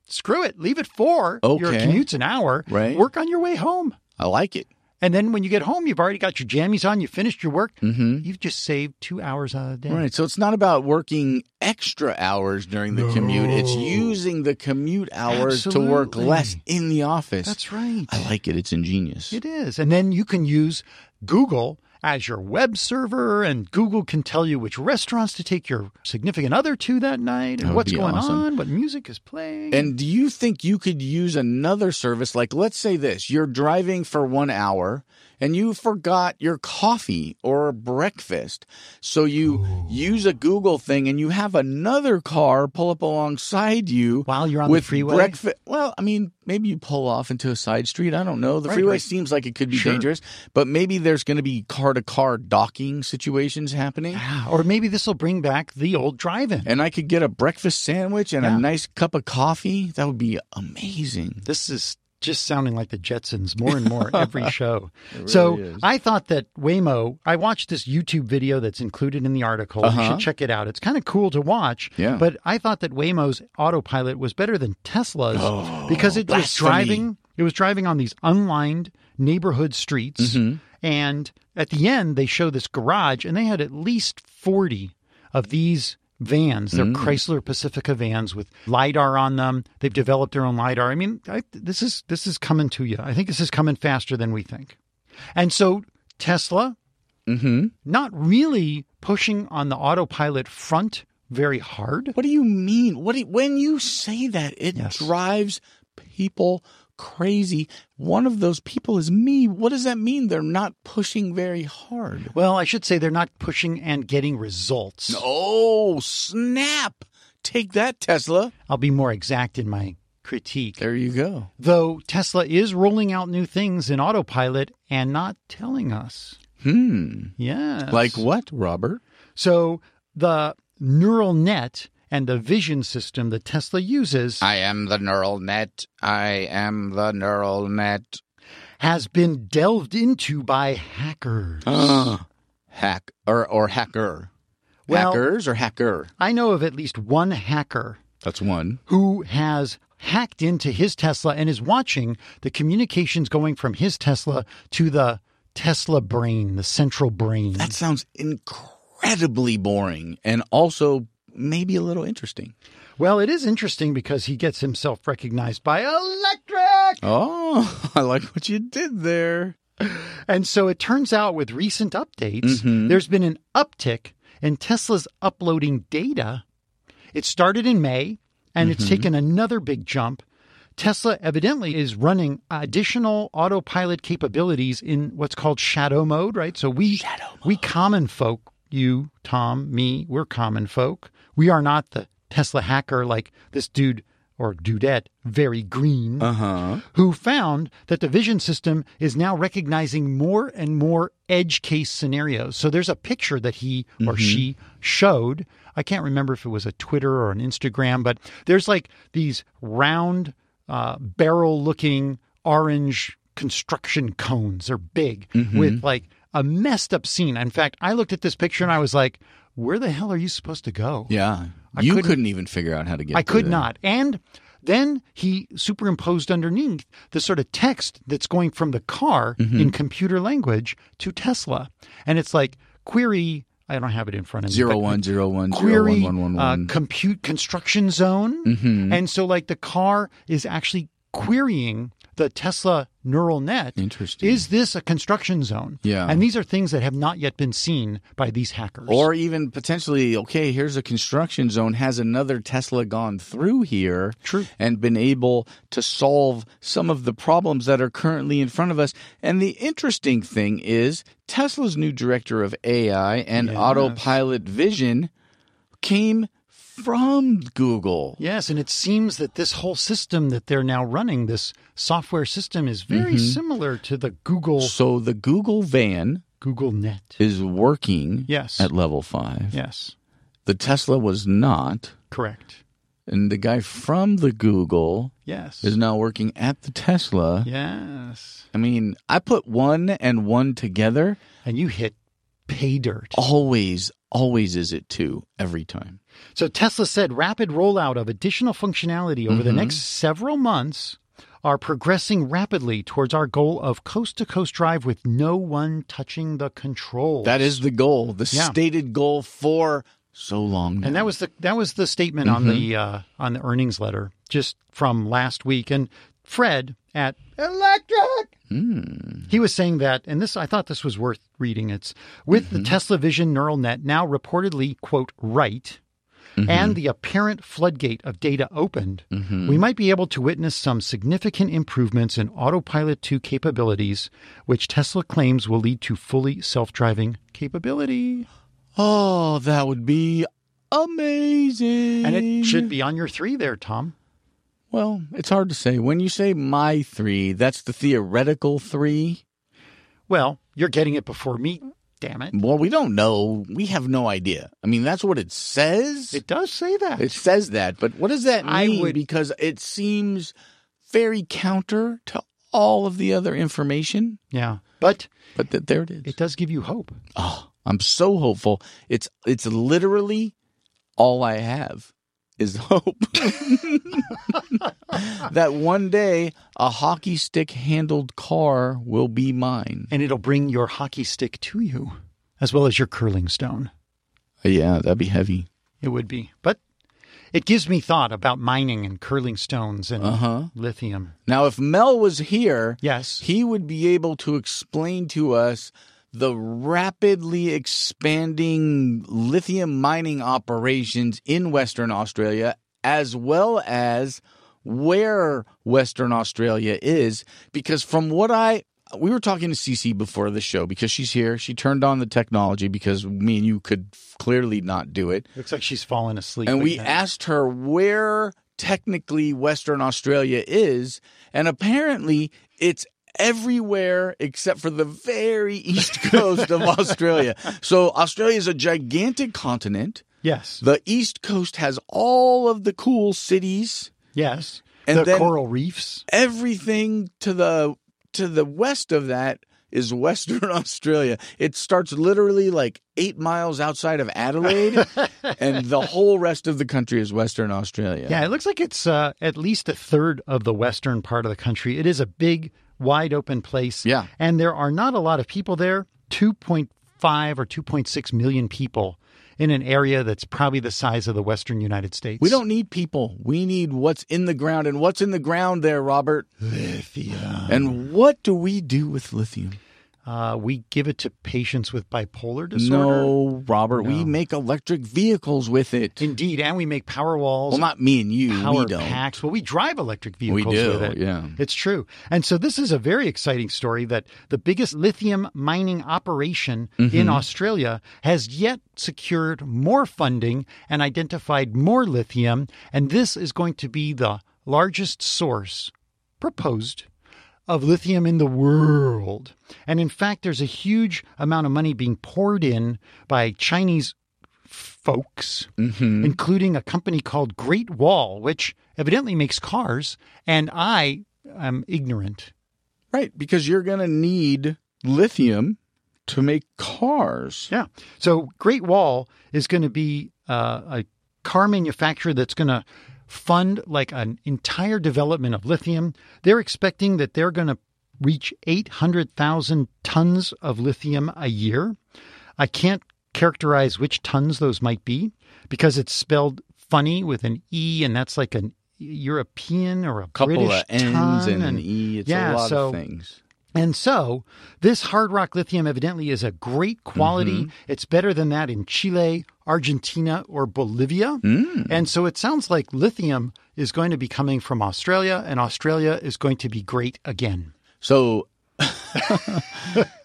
F: screw it, leave it four. Your
A: Okay.
F: commute's an hour.
A: Right.
F: Work on your way home.
A: I like it.
F: And then when you get home, you've already got your jammies on, you finished your work,
A: Mm-hmm.
F: you've just saved two hours out of the day.
A: Right. So it's not about working extra hours during the commute. It's using the commute hours to work
F: Absolutely.
A: less in the office.
F: That's right.
A: I like it. It's ingenious.
F: It is. And then you can use Google as your web server, and Google can tell you which restaurants to take your significant other to that night, and
A: would
F: what's
A: be
F: going
A: awesome.
F: on, what music is playing.
A: And do you think you could use another service? Like, let's say this you're driving for one hour and you forgot your coffee or breakfast. So you use a Google thing and you have another car pull up alongside you
F: While you're on the
A: with
F: freeway?
A: breakfa- well, I mean, maybe you pull off into a side street. I don't know. The
F: Right,
A: freeway
F: right.
A: seems like it could be
F: Sure.
A: dangerous, but maybe there's going to be car to car docking situations happening.
F: Yeah, or maybe this will bring back the old drive in.
A: And I could get a breakfast sandwich and
F: Yeah.
A: a nice cup of coffee. That would be amazing.
F: This is just sounding like the Jetsons more and more every
A: *laughs*
F: show. so I thought that Waymo, I watched this YouTube video that's included in the article. You
A: Uh-huh.
F: should check it out. It's kind of cool to watch.
A: Yeah.
F: But I thought that Waymo's autopilot was better than Tesla's because it was
A: Oh, blasphemy.
F: driving it was driving on these unlined neighborhood streets
A: Mm-hmm.
F: and at the end they show this garage and they had at least 40 of these vans they're chrysler pacifica vans with lidar on them they've developed their own lidar i mean I, this is this is coming to you i think this is coming faster than we think and so tesla
A: Mm-hmm.
F: not really pushing on the autopilot front very hard
A: What do you mean? What do you- when you say that, it
F: Yes.
A: drives people crazy. One of those people is me. What does that mean? They're not pushing very hard.
F: well i should say they're not pushing and getting results
A: Oh snap! Take that, Tesla.
F: i'll be more exact in my critique
A: There you go.
F: though Tesla is rolling out new things in autopilot and not telling us.
A: Hmm.
F: Yes.
A: Like what, Robert?
F: So the neural net and the vision system that Tesla uses
A: I am the neural net. I am the neural net.
F: has been delved into by hackers.
A: Ah. Hack or or hacker.
F: Well-
A: Hackers or hacker.
F: I know of at least one hacker
A: That's one.
F: who has hacked into his Tesla and is watching the communications going from his Tesla to the Tesla brain, the central brain.
A: That sounds incredibly boring and also maybe a little interesting.
F: well, it is interesting because he gets himself recognized by electric.
A: Oh, *laughs* I like what you did there.
F: And so it turns out with recent updates,
A: Mhm.
F: there's been an uptick in Tesla's uploading data. It started in May and it's taken another big jump. Tesla evidently is running additional autopilot capabilities in what's called shadow mode, right? So we we common folk, you, Tom, me, we're common folk. We are not the Tesla hacker like this dude or dudette, very green
A: huh.
F: who found that the vision system is now recognizing more and more edge case scenarios. So there's a picture that he or she showed. I can't remember if it was a Twitter or an Instagram, but there's like these round, uh, barrel looking orange construction cones. They're big with like a messed up scene. In fact, I looked at this picture and I was like, where the hell are you supposed to go?
A: Yeah.
F: I
A: you
F: couldn't-
A: couldn't, even figure out how to get
F: I
A: to
F: could
A: the-
F: not. And then he superimposed underneath the sort of text that's going from the car
A: Mm-hmm.
F: in computer language to Tesla. And it's like query, I don't have it in front of me.
A: Zero
F: but
A: one zero one zero
F: Query
A: one one one
F: uh,
A: one. Mm-hmm.
F: compute construction zone. And so, like, the car is actually querying the Tesla neural net.
A: Interesting.
F: Is this a construction zone?
A: Yeah.
F: And these are things that have not yet been seen by these hackers.
A: Or even potentially, okay, here's a construction zone. Has another Tesla gone through here
F: True.
A: and been able to solve some of the problems that are currently in front of us? And the interesting thing is, Tesla's new director of AI and autopilot vision came from Google.
F: Yes, and it seems that this whole system that they're now running, this software system, is very
A: Mm-hmm.
F: similar to the Google
A: So the Google van
F: Google Net.
A: is working
F: Yes.
A: at level five.
F: Yes,
A: The Tesla was not.
F: correct.
A: And the guy from the Google
F: Yes.
A: is now working at the Tesla.
F: Yes.
A: I mean, I put one and one together.
F: And you hit pay dirt.
A: Always, always is it two every time. Mm-hmm.
F: So Tesla said rapid rollout of additional functionality over the next several months are progressing rapidly towards our goal of coast to coast drive with no one touching the controls.
A: That is the goal, the
F: Yeah.
A: stated goal for so long.
F: And
A: now.
F: that was the that was the statement on the uh, on the earnings letter just from last week. And Fred at Electric,
A: Hmm.
F: he was saying that, and this I thought this was worth reading. It's with the Tesla Vision neural net now reportedly quote right. And the apparent floodgate of data opened, we might be able to witness some significant improvements in Autopilot 2 capabilities, which Tesla claims will lead to fully self driving capability.
A: oh, that would be amazing.
F: And it should be on your three there, Tom.
A: Well, it's hard to say. When you say my three, that's the theoretical three.
F: Well, you're getting it before me, damn it.
A: Well, we don't know. We have no idea. I mean, that's what it says.
F: It does say that.
A: It says that, but what does that
F: I
A: mean?
F: would-
A: Because it seems very counter to all of the other information.
F: yeah. But
A: But th- there it is.
F: it does give you hope.
A: oh, I'm so hopeful. It's it's literally all I have is *laughs* hope that one day a hockey stick handled car will be mine.
F: And it'll bring your hockey stick to you, as well as your curling stone.
A: Yeah, that'd be heavy.
F: It would be. But it gives me thought about mining and curling stones and
A: Uh-huh.
F: lithium.
A: Now, if Mel was here,
F: Yes.
A: he would be able to explain to us the rapidly expanding lithium mining operations in Western Australia, as well as where Western Australia is. Because from what I we were talking to Cece before the show because she's here. She turned on the technology because me and you could clearly not do it.
F: Looks like she's fallen asleep.
A: And we
F: again.
A: asked her where technically Western Australia is, and apparently it's everywhere except for the very *laughs* east coast of Australia. So Australia is a gigantic continent.
F: Yes.
A: The east coast has all of the cool cities,
F: yes.
A: And
F: the
A: then-
F: coral reefs.
A: everything to the to the west of that is Western *laughs* Australia. It starts literally like eight miles outside of Adelaide, and the whole rest of the country is Western Australia.
F: Yeah, it looks like it's uh, at least a third of the western part of the country. It is a big, wide open place.
A: Yeah.
F: And there are not a lot of people there 2.5 or 2.6 million people in an area that's probably the size of the western United States.
A: We don't need people. We need what's in the ground. And what's in the ground there, Robert? Lithium. And what do we do with lithium?
F: Uh, we give it to patients with bipolar disorder.
A: No, Robert. We
F: No.
A: make electric vehicles with it.
F: Indeed. And we make power walls.
A: well, not me and you.
F: power
A: we don't.
F: packs. Well, we drive electric vehicles
A: do,
F: with it.
A: yeah.
F: It's true. And so this is a very exciting story that the biggest lithium mining operation
A: Mm-hmm.
F: in Australia has yet secured more funding and identified more lithium. And this is going to be the largest source proposed of lithium in the world. And in fact, there's a huge amount of money being poured in by Chinese folks,
A: Mm-hmm.
F: including a company called Great Wall, which evidently makes cars. And I am ignorant.
A: Right. Because you're going to need lithium to make cars.
F: Yeah. So Great Wall is going to be uh, a car manufacturer that's going to fund like an entire development of lithium. They're expecting that they're going to reach 800,000 tons of lithium a year. I can't characterize which tons those might be because it's spelled funny with an E, and that's like an E, European or a
A: Couple
F: British
A: of N's
F: ton
A: and an E. It's
F: yeah,
A: a lot
F: so
A: of things.
F: and so, this hard rock lithium evidently is a great quality.
A: Mm-hmm.
F: It's better than that in Chile, Argentina, or Bolivia.
A: Mm.
F: And so, it sounds like lithium is going to be coming from Australia, and Australia is going to be great again.
A: So, *laughs*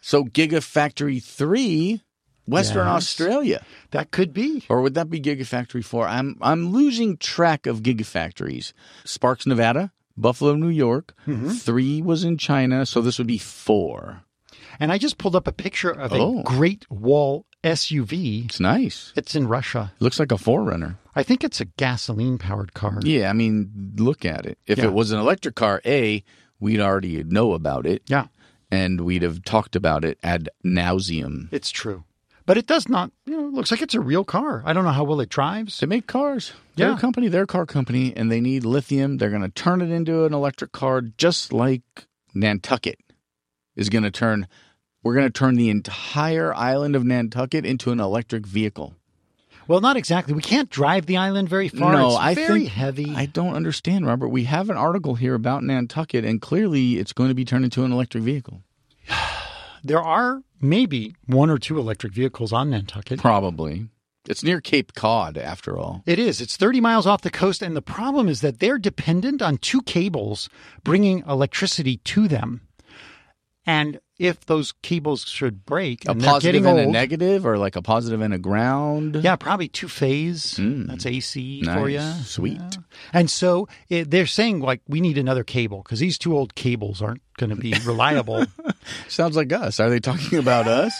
A: so Gigafactory 3, Western
F: Yes.
A: Australia.
F: That could be.
A: or would that be Gigafactory 4? I'm I'm losing track of gigafactories. Sparks, Nevada, Buffalo, New York. 3 was in China, so this would be 4.
F: And I just pulled up a picture of a
A: Oh.
F: great wall SUV.
A: It's nice.
F: It's in Russia.
A: Looks like a forerunner.
F: I think it's a gasoline powered car.
A: Yeah, I mean, look at it. If
F: Yeah.
A: it was an electric car, A, we'd already know about it
F: Yeah,
A: and we'd have talked about it ad nauseum.
F: it's true. But it does not, you know, it looks like it's a real car. I don't know how well it drives.
A: They make cars. They're
F: Yeah.
A: a company, they're a car company, and they need lithium. They're going to turn it into an electric car, just like Nantucket is going to turn. We're going to turn the entire island of Nantucket into an electric vehicle.
F: Well, not exactly. We can't drive the island very far.
A: no,
F: it's
A: I
F: very
A: think
F: heavy.
A: I don't understand, Robert. We have an article here about Nantucket, and clearly it's going to be turned into an electric vehicle.
F: there are maybe one or two electric vehicles on Nantucket.
A: Probably. It's near Cape Cod, after all.
F: It is. It's 30 miles off the coast. And the problem is that they're dependent on two cables bringing electricity to them. And if those cables should break,
A: A
F: and they're
A: positive
F: getting
A: and
F: old-
A: a negative, or like a positive and a ground?
F: Yeah, probably two phase.
A: Mm.
F: That's AC
A: Nice.
F: for you.
A: Sweet.
F: Yeah. And so it, they're saying, like, we need another cable because these two old cables aren't
A: *laughs*
F: going to be reliable.
A: Sounds like us. Are they talking about us?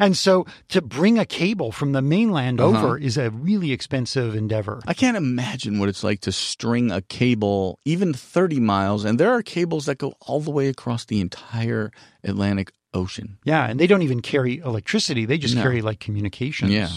F: and so to bring a cable from the mainland
A: Uh-huh.
F: over is a really expensive endeavor.
A: I can't imagine what it's like to string a cable even 30 miles. And there are cables that go all the way across the entire Atlantic Ocean.
F: Yeah, and they don't even carry electricity. They just
A: No.
F: carry like communications.
A: Yeah.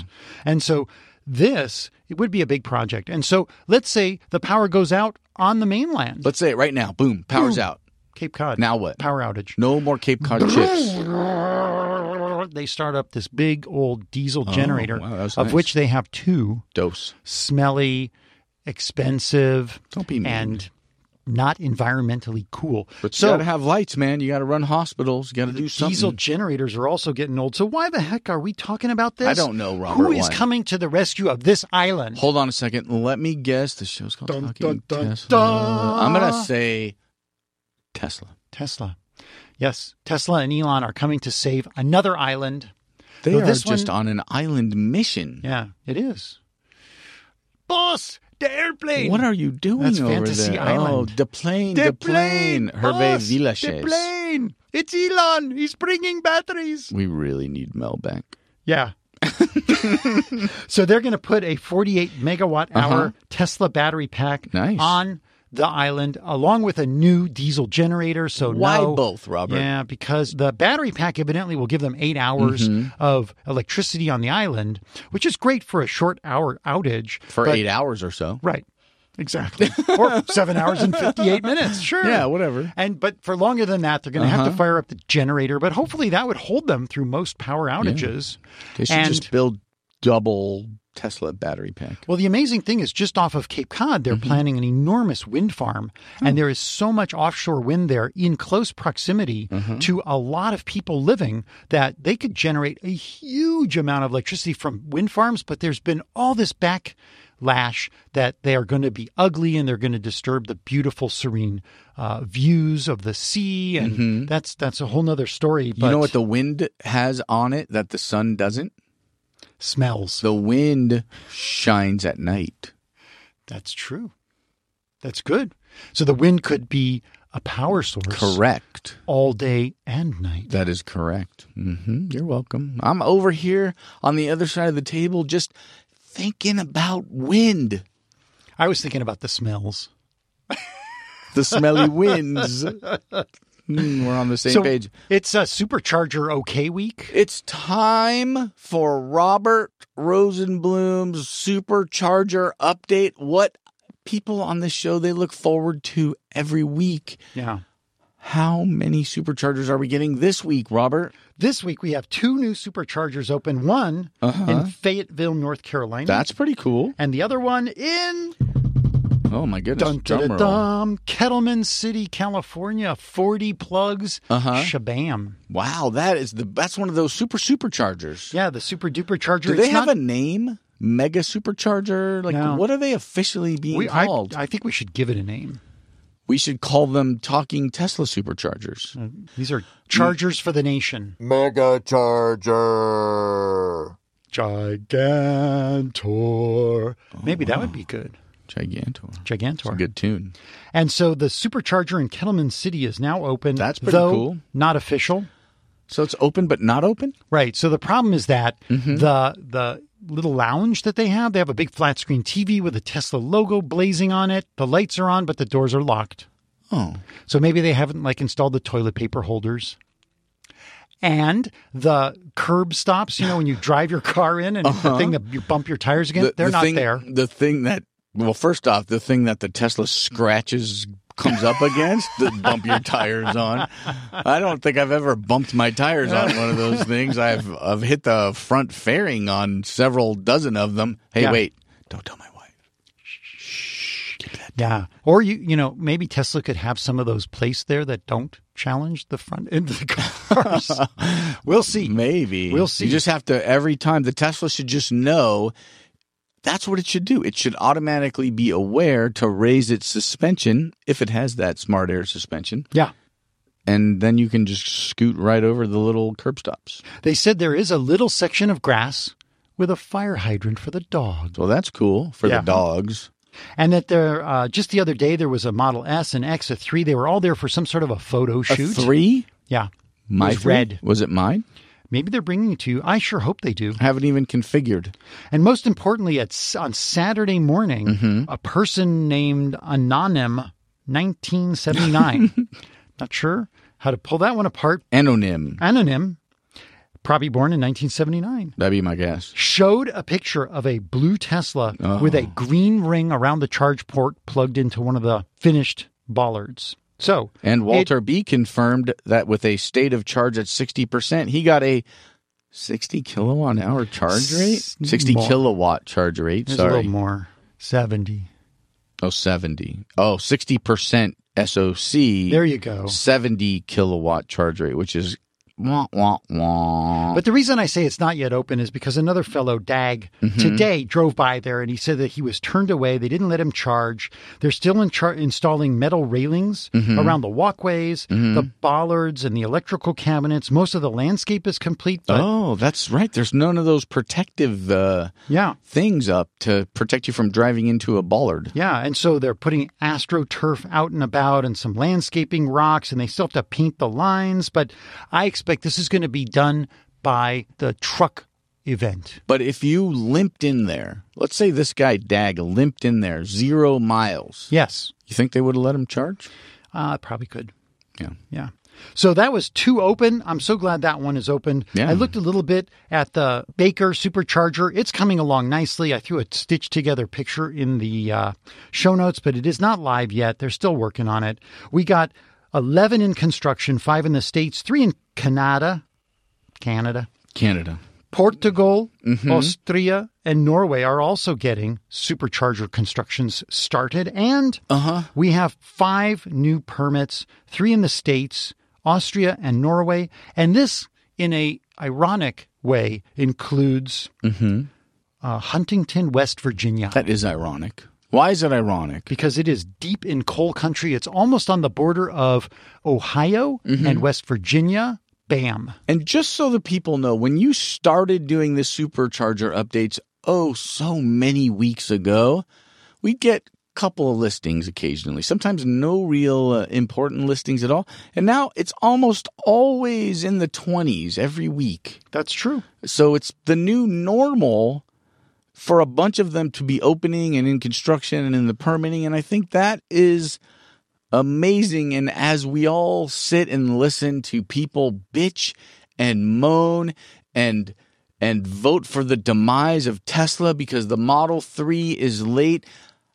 F: And so this it would be a big project. And so let's say the power goes out on the mainland.
A: Let's say it right now. Boom, power's
F: Boom.
A: out.
F: Cape Cod.
A: Now what?
F: Power outage.
A: No more Cape Cod chips.
F: *laughs* They start up this big old diesel
A: Oh,
F: generator,
A: wow, that's
F: of
A: nice.
F: which they have two
A: Dose.
F: smelly, expensive,
A: Don't be mean.
F: and not environmentally cool.
A: But you
F: so,
A: gotta have lights, man. You gotta run hospitals. You gotta do something.
F: Diesel generators are also getting old. So why the heck are we talking about this?
A: I don't know,
F: Who
A: Robert,
F: is
A: why?
F: coming to the rescue of this island?
A: Hold on a second. Let me guess. The show's called
F: Dun,
A: Talking
F: dun, dun,
A: Tesla.
F: dun.
A: I'm gonna say Tesla.
F: Tesla. Yes, Tesla and Elon are coming to save another island.
A: They
F: No,
A: are
F: this
A: just
F: one-
A: on an island mission.
F: Yeah, it is. Boss, the airplane.
A: What are you doing
F: That's
A: over
F: Fantasy
A: there?
F: Island.
A: Oh, the plane, the, plane, Hervé Villachez.
F: plane. It's Elon. He's bringing batteries.
A: We really need Mel back.
F: Yeah. *laughs* so they're going to put a 48 megawatt hour
A: Uh-huh.
F: Tesla battery pack
A: Nice.
F: on the island along with a new diesel generator. So
A: Why
F: no-
A: both, Robert?
F: Yeah, because the battery pack evidently will give them eight hours
A: Mm-hmm.
F: of electricity on the island, which is great for a short hour outage.
A: For
F: but-
A: eight hours or so.
F: Right. Exactly.
A: *laughs*
F: or seven hours and 58 minutes. Sure.
A: Yeah, Uh-huh. whatever.
F: And but for longer than that, they're going to have to fire up the generator. But hopefully, that would hold them through most power outages.
A: They should
F: and
A: just build double Tesla battery pack.
F: well, the amazing thing is, just off of Cape Cod, they're
A: Mm-hmm.
F: planning an enormous wind farm,
A: Hmm.
F: and there is so much offshore wind there in close proximity
A: Mm-hmm.
F: to a lot of people living that they could generate a huge amount of electricity from wind farms. But there's been all this backlash that they are going to be ugly and they're going to disturb the beautiful, serene uh, views of the sea, and that's that's a whole nother story. But
A: Mm-hmm. you know what the wind has on it that the sun doesn't?
F: smells?
A: The wind shines at night.
F: That's true. That's good. So the wind could be a power source
A: Correct.
F: all day and night.
A: That is correct. hmm You're welcome. I'm over here on the other side of the table just thinking about wind.
F: I was thinking about the smells.
A: The smelly
F: *laughs*
A: winds. Hmm, we're on the same
F: so
A: page.
F: It's a supercharger okay week.
A: It's time for Robert Rosenblum's Supercharger update. What people on this show they look forward to every week.
F: Yeah.
A: How many superchargers are we getting this week, Robert?
F: This week we have two new superchargers open, one
A: Uh-huh.
F: in Fayetteville, North Carolina.
A: pretty cool.
F: and the other one in
A: Oh my goodness.
F: dun,
A: drum
F: dun,
A: roll.
F: dun, Kettleman City, California. 40 plugs.
A: Uh-huh.
F: Shabam.
A: Wow, that is the that's one of those super superchargers.
F: Yeah, the super duper charger.
A: Do they
F: it's
A: have
F: not-
A: a name? Mega supercharger? Like
F: No.
A: what are they officially being
F: we, I,
A: called?
F: I think we should give it a name.
A: we should call them talking Tesla superchargers.
F: These are chargers for the nation.
H: Mega Charger.
F: Gigantor. Maybe that would be good.
A: Gigantor. It's a
F: Gigantor.
A: good tune.
F: And so the supercharger in Kettleman City is now open.
A: That's pretty
F: though
A: cool.
F: Not official.
A: So it's open but not open?
F: Right. So the problem is that the the little lounge that they have, they have a big flat screen TV with a Tesla logo blazing on it. The lights are on, but the doors are locked.
A: Oh.
F: So maybe they haven't like installed the toilet paper holders. And the curb stops, you know, when you drive your car in and the thing that you bump your tires against, they're not
A: thing,
F: there.
A: Uh-huh. The thing that, well, first off, the thing that the Tesla scratches comes up against the bump your tires on. I don't think I've ever bumped my tires on one of those things. I've I've hit the front fairing on several dozen of them. Hey,
F: Yeah.
A: wait, don't tell my wife.
F: Yeah. Or you, you know, maybe Tesla could have some of those placed there that don't challenge the front end of the
A: *laughs*
F: cars. we'll see.
A: Maybe
F: We'll see.
A: You just have to every time the Tesla should just know. That's what it should do. It should automatically be aware to raise its suspension if it has that smart air suspension.
F: Yeah.
A: and then you can just scoot right over the little curb stops.
F: They said there is a little section of grass with a fire hydrant for the dog.
A: So that's cool for
F: Yeah.
A: the dogs.
F: And that there, uh, just the other day, there was a Model S, an X, a 3. They were all there for some sort of a photo shoot.
A: A three?
F: Yeah.
A: My
F: It was
A: three?
F: red.
A: Was it mine?
F: Maybe they're bringing it to you. I sure hope they do.
A: I haven't even configured.
F: And most importantly, it's on Saturday morning, a person named Anonym 1979. Not sure how to pull that one apart.
A: Anonym.
F: Anonym, probably born in 1979,
A: That'd be my guess.
F: showed a picture of a blue Tesla with a green ring around the charge port plugged into one of the finished bollards. So,
A: And Walter B confirmed that with a state of charge at 60%, he got a 60 kilowatt hour charge rate?
F: S-
A: 60
F: more.
A: kilowatt charge rate.
F: there's a
A: Sorry.
F: little more 70.
A: Oh, 70. Oh, 60% SOC.
F: There you go.
A: 70 kilowatt charge rate, which is wah, wah, wah.
F: But the reason I say it's not yet open is because another fellow, Dag, today drove by there and he said that he was turned away. They didn't let him charge. They're still in char- installing metal railings around the walkways, the bollards, and the electrical cabinets. Most of the landscape is complete. But
A: oh, that's right. There's none of those protective uh,
F: yeah.
A: things up to protect you from driving into a bollard.
F: Yeah, and so they're putting astroturf out and about and some landscaping rocks, and they still have to paint the lines. But I expect this is going to be done by the truck event.
A: But if you limped in there, let's say this guy Dag limped in there zero miles,
F: Yes,
A: you think they would have let him charge?
F: uh, probably could.
A: Yeah.
F: Yeah. So that was two open. I'm so glad that one is open.
A: Yeah.
F: I looked a little bit at the Baker Supercharger. It's coming along nicely. I threw a stitched together picture in the uh, show notes, but it is not live yet. They're still working on it. We got 11 in construction, five in the States, three in Canada, Canada,
A: Canada.
F: Portugal, Austria, and Norway are also getting supercharger constructions started. And
A: Uh-huh.
F: we have five new permits, three in the States, Austria, and Norway. And this, in a ironic way, includes
A: Mm-hmm.
F: uh, Huntington, West Virginia.
A: That is ironic. Why is it ironic?
F: because it is deep in coal country. It's almost on the border of Ohio and West Virginia. Bam.
A: And just so the people know, when you started doing the supercharger updates, oh, so many weeks ago, we get couple of listings occasionally sometimes no real uh, important listings at all and now it's almost always in the 20s every week
F: That's true.
A: So it's the new normal for a bunch of them to be opening and in construction and in the permitting. And I think that is amazing. And as we all sit and listen to people bitch and moan and and vote for the demise of Tesla because the Model 3 is late.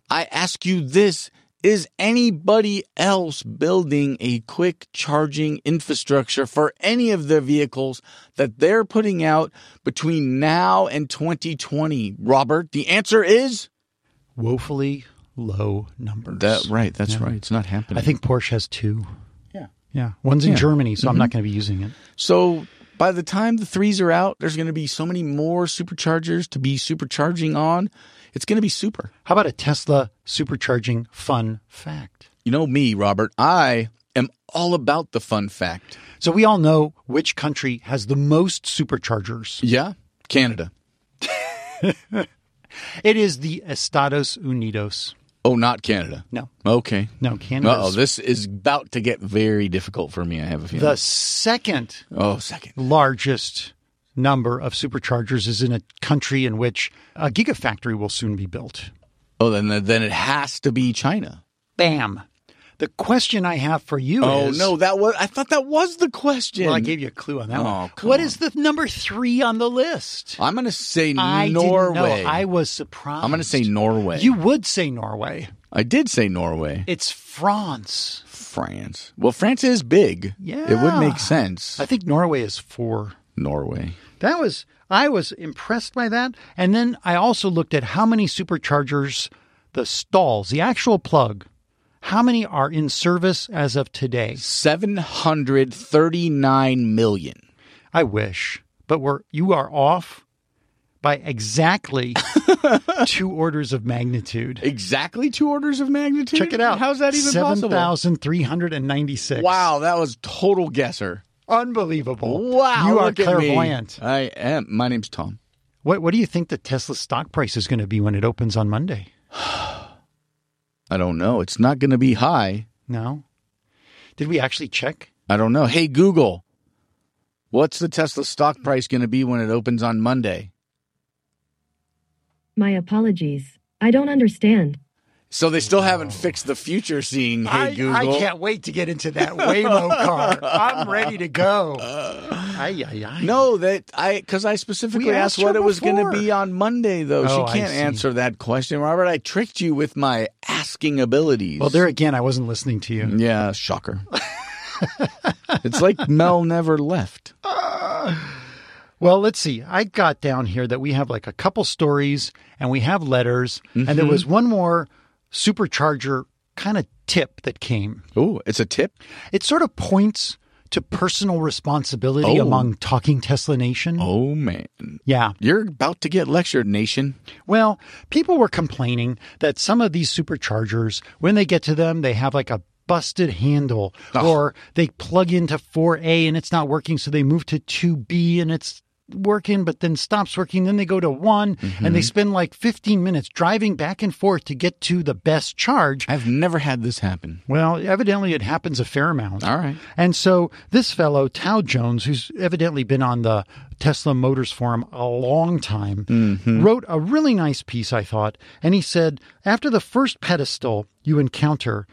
A: I ask you this is anybody else building a quick charging infrastructure for any of their vehicles that they're putting out between now and 2020? Robert, the answer is
F: Woefully low numbers.
A: right, that's right. It's not happening.
F: I think Porsche has two.
A: Yeah.
F: Yeah. One's in
A: Yeah.
F: Germany, so I'm not going to be using it.
A: So by the time the threes are out, there's going to be so many more superchargers to be supercharging on. It's going to be super.
F: How about a Tesla supercharging fun fact?
A: You know me, Robert. I am all about the fun fact.
F: So we all know which country has the most superchargers.
A: Yeah, Canada.
F: It is the Estados Unidos.
A: Oh, not Canada.
F: No.
A: Okay.
F: No, Canada.
A: Uh oh, this is about to get very difficult for me. I have a feeling.
F: the second
A: oh, second.
F: largest number of superchargers is in a country in which a gigafactory will soon be built.
A: Oh, then then it has to be China.
F: Bam. The question I have for you
A: Oh
F: is
A: no, that was I thought that was the question.
F: Well, I gave you a clue on that
A: Oh,
F: one.
A: come
F: What
A: on.
F: is the number three on the list?
A: I'm going to say
F: I didn't know.
A: Norway.
F: I was surprised.
A: I'm going to say Norway.
F: You would say Norway.
A: I did say Norway.
F: It's France.
A: France. Well, France is big. It would
F: Yeah.
A: make sense.
F: I think Norway is four.
A: Norway.
F: That was I was impressed by that. And then I also looked at how many superchargers, the stalls, the actual plug, how many are in service as of today?
A: 739 million.
F: I wish, but we're you are off by
A: *laughs*
F: exactly two orders of magnitude.
A: Exactly two orders of magnitude?
F: Check it out.
A: How's that even possible?
F: 7,396.
A: Wow, that was total guesser.
F: Unbelievable.
A: Wow.
F: You are
A: look at me.
F: clairvoyant.
A: I am. My name's Tom.
F: What what do you think the Tesla stock price is going to be when it opens on Monday?
A: I don't know. It's not going to be high.
F: No. Did we actually check?
A: I don't know. Hey, Google, what's the Tesla stock price going to be when it opens on Monday?
G: My apologies. I don't understand.
A: So they still haven't fixed the future seeing, hey,
F: I,
A: Google.
F: I can't wait to get into that Waymo car.
A: *laughs*
F: I'm ready to go. Ay, ay, ay.
A: Uh, No, that I because I specifically
F: We
A: asked,
F: asked
A: what
F: her
A: it was going to
F: before.
A: be on Monday, though.
F: Oh,
A: she
F: I
A: can't
F: see.
A: answer that question, Robert. I tricked you with my asking abilities.
F: Well, there again, I wasn't listening to you.
A: Yeah, shocker. it's like Mel never left.
F: Well, let's see. I got down here that we have like a couple stories and we have letters, and
A: Mm-hmm.
F: there was one more supercharger kind of tip that came.
A: Oh, it's a tip.
F: It sort of points to personal responsibility
A: Oh.
F: among talking Tesla Nation.
A: Oh man,
F: Yeah.
A: you're about to get lectured, nation.
F: Well, people were complaining that some of these superchargers, when they get to them, they have like a busted handle
A: Ugh.
F: or they plug into 4A and it's not working. So they move to 2B and it's working, but then stops working. Then they go to one
A: Mm-hmm.
F: and they spend like 15 minutes driving back and forth to get to the best charge.
A: I've never had this happen.
F: Well, evidently it happens a fair amount.
A: All right.
F: And so this fellow, Tao Jones, who's evidently been on the Tesla Motors Forum a long time, wrote a really nice piece, I thought. And he said, after the first pedestal you encounter,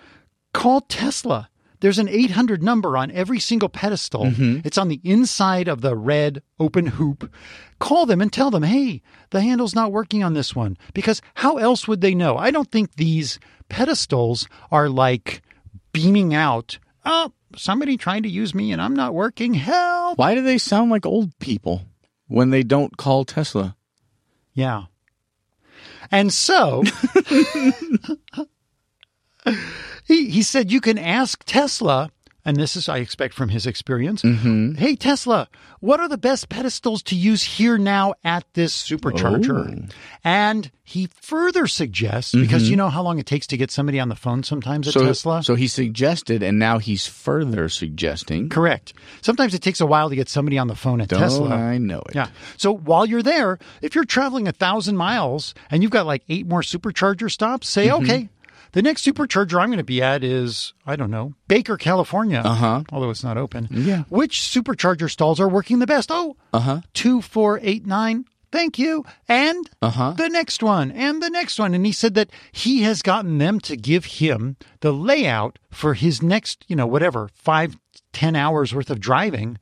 F: call Tesla. There's an 800 number on every single pedestal. It's on the inside of the red open hoop. Call them and tell them, hey, the handle's not working on this one. Because how else would they know? I don't think these pedestals are like beaming out, oh, somebody trying to use me and I'm not working. Help.
A: Why do they sound like old people when they don't call Tesla?
F: Yeah. And so *laughs* he, he said, you can ask Tesla, and this is, I expect, from his experience.
A: Mm-hmm.
F: Hey, Tesla, what are the best pedestals to use here now at this
A: Oh.
F: supercharger? And he further suggests, because you know how long it takes to get somebody on the phone sometimes at
A: Mm-hmm. so,
F: Tesla?
A: so he suggested, and now he's further suggesting.
F: Correct. Sometimes it takes a while to get somebody on the phone at
A: Don't
F: Tesla.
A: I know it?
F: Yeah. So while you're there, if you're traveling a thousand miles and you've got like eight more supercharger stops, say,
A: Mm-hmm.
F: okay, the next supercharger I'm going to be at is, I don't know, Baker, California. Uh huh. Although it's not open.
A: Uh-huh. Yeah.
F: Which supercharger stalls are working the best? Oh, uh huh. 2489. Thank you. And
A: Uh-huh.
F: the next one, and the next one. And he said that he has gotten them to give him the layout for his next, you know, whatever, five, ten hours worth of driving,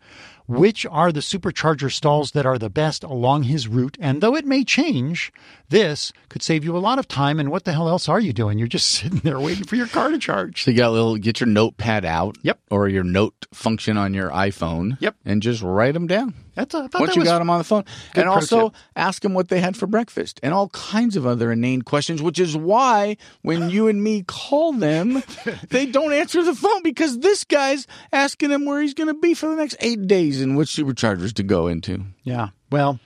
F: which are the supercharger stalls that are the best along his route. And though it may change, this could save you a lot of time. And what the hell else are you doing? You're just *laughs* sitting there waiting for your car to charge.
A: So you got a little get your notepad out.
F: Yep.
A: Or your note function on your iPhone.
F: Yep.
A: And just write them down.
F: That's a, I thought
A: Once
F: that
A: you
F: was
A: got them on the phone,
F: Good
A: and
F: pro
A: also
F: tip.
A: ask them what they had for breakfast and all kinds of other inane questions, which is why
F: *laughs*
A: when you and me call them, they don't answer the phone because this guy's asking them where he's going to be for the next eight days and which superchargers to go into.
F: yeah. Well,